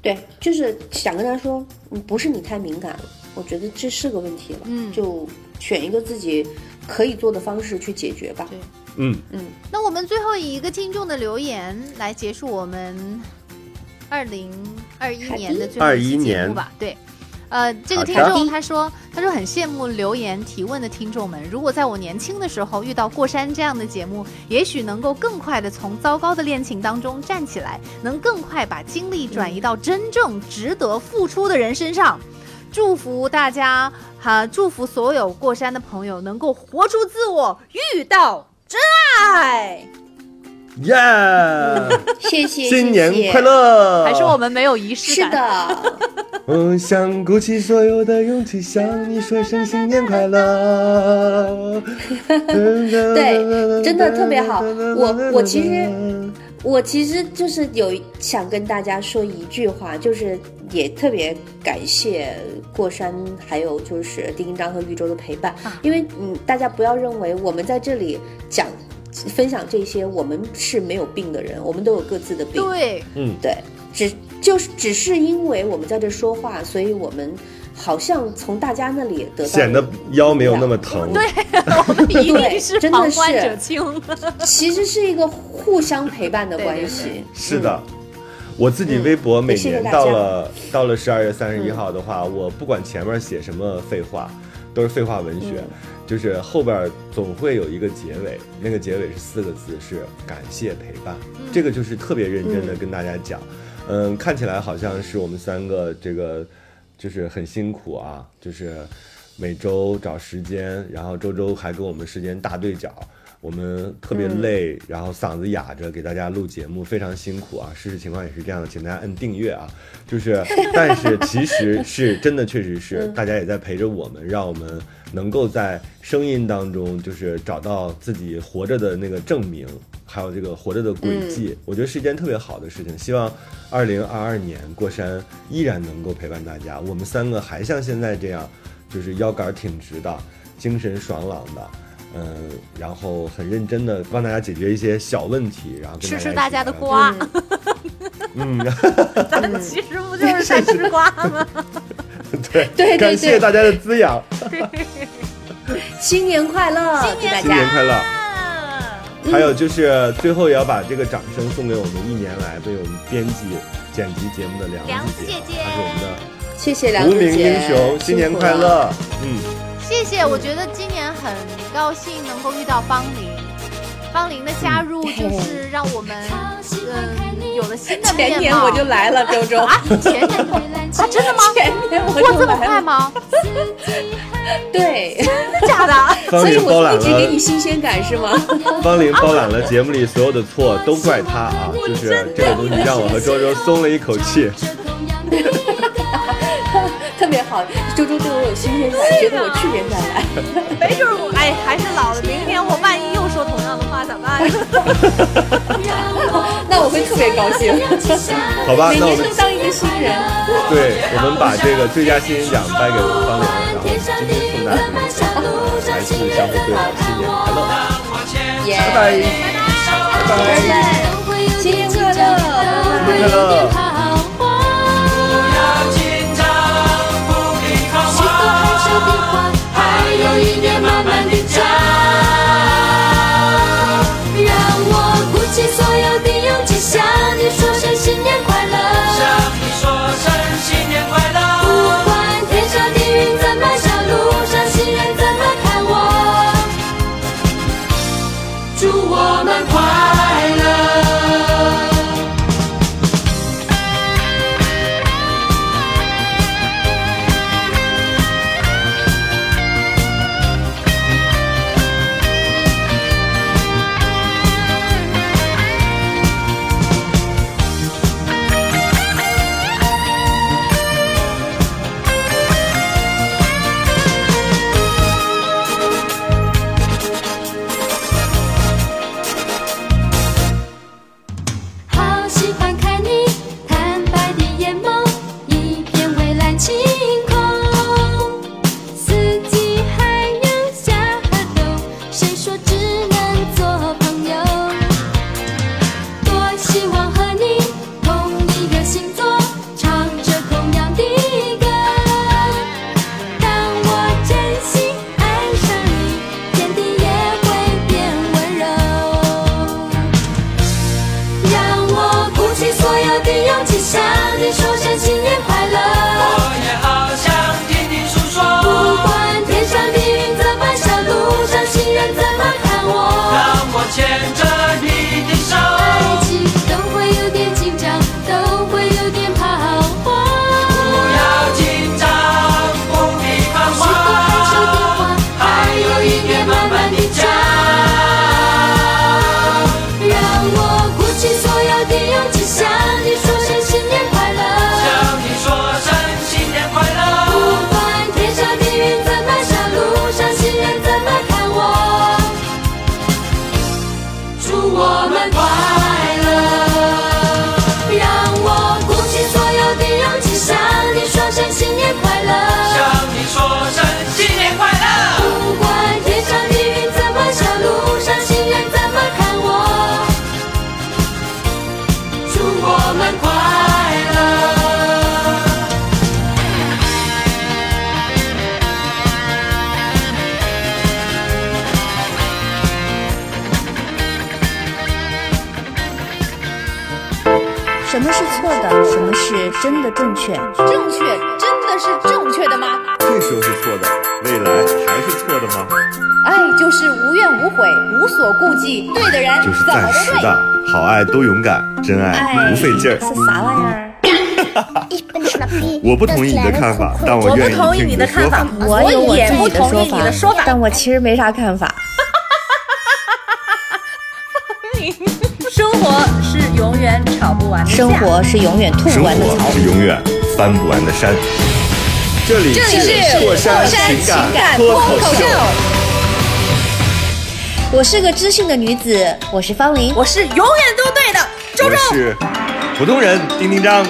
对，就是想跟他说，嗯不是你太敏感了，我觉得这是个问题了，嗯就选一个自己可以做的方式去解决吧。对嗯，那我们最后以一个听众的留言来结束我们二零二一年的最后一期节目吧。对，呃，这个听好众他说，他说很羡慕留言提问的听众们。如果在我年轻的时候遇到《过山》这样的节目，也许能够更快的从糟糕的恋情当中站起来，能更快把精力转移到真正值得付出的人身上。祝福大家，哈、祝福所有过山的朋友能够活出自我，遇到真爱。耶、谢谢，新年 谢谢快，乐！还是我们没有仪式是感。的，我想鼓起所有的勇气向你说声新年快 乐。对真的特别好我我其实我其实就是有想跟大家说一句话，就是也特别感谢过山，还有就是丁章和玉州的陪伴，啊因为嗯，大家不要认为我们在这里讲分享这些，我们是没有病的人，我们都有各自的病， 对，嗯，对，只就是只是因为我们在这说话，所以我们好像从大家那里得到显得腰没有那么疼。对，我们一定是对真的旁观是者清。其实是一个互相陪伴的关系。是的。我自己微博每谢嗯谢年大家嗯到了到了十二月三十一号的话，我不管前面写什么废话，都是废话文学，嗯就是后边总会有一个结尾，那个结尾是四个字，是感谢陪伴。嗯这个就是特别认真的跟大家讲，嗯，看起来好像是我们三个这个就是很辛苦啊，就是每周找时间，然后周周还跟我们时间大对角，我们特别累，然后嗓子哑着给大家录节目，非常辛苦啊。事实情况也是这样的，请大家摁订阅啊。就是， 但是其实是真的，确实是大家也在陪着我们，让我们能够在声音当中，就是找到自己活着的那个证明，还有这个活着的轨迹。我觉得是一件特别好的事情。希望二零二二年过山依然能够陪伴大家，我们三个还像现在这样，就是腰杆儿挺直的，精神爽朗的。嗯，然后很认真的帮大家解决一些小问题，然后跟吃大家吃大家的一起聊聊瓜，嗯， 咱其实不就是在吃瓜吗？ 对对对感谢对大家的滋养，嗯新年快乐，祝大新年家！快乐！还有就是最后也要把这个掌声送给我们一年来为我们编辑、剪辑节目的梁梁子子姐姐，姐她是我谢谢梁们的无名子姐英，雄，新年快辛苦了！乐！嗯， 谢谢，我觉得今年很高兴能够遇到方玲，方玲的加入就是让我们嗯有了新的面貌。前年我就来了，周周，啊，你前 年就啊，真的吗？ 前年我过就这么来快 了，吗？对， 假的？方所以玲包我揽一直给你了，新鲜感是吗？ 方玲包揽了节目里所有的错，都怪她啊！就是这个东西让我和周周松了一口气。特别好，周周对我有新鲜感，觉得我去年再来。没准我哎还是老了，明年我万一又说同样的话咋办？那我会特别高兴。好吧每那我年们都当一个新 人。对，我们把这个最佳新人奖颁给方玲，然后今天送大家这首歌，来自小虎队的《新年快乐》。耶！拜拜，拜拜，新年快乐，拜拜。新年快乐。祝我们快乐。什么是错的，什么是真的正确。正确真的是正确的吗？这时候是错的，未来还是错的吗？爱就是无怨无悔，无所顾忌，对的人就是怎么暂时都对。的，好爱都勇敢，真爱不费劲儿。是啥玩意儿？我不同意你的看法，但我愿意听你的说法。我有我也不自己的同意说啊你的说法，但我其实没啥看法。生活是永远吵不完的架生活是永远吐不生完的活槽。是永远翻不完的山。这里是过山情感脱口秀。我是个知性的女子，我是方玲。我是永远都对的，周我是普通人丁丁张。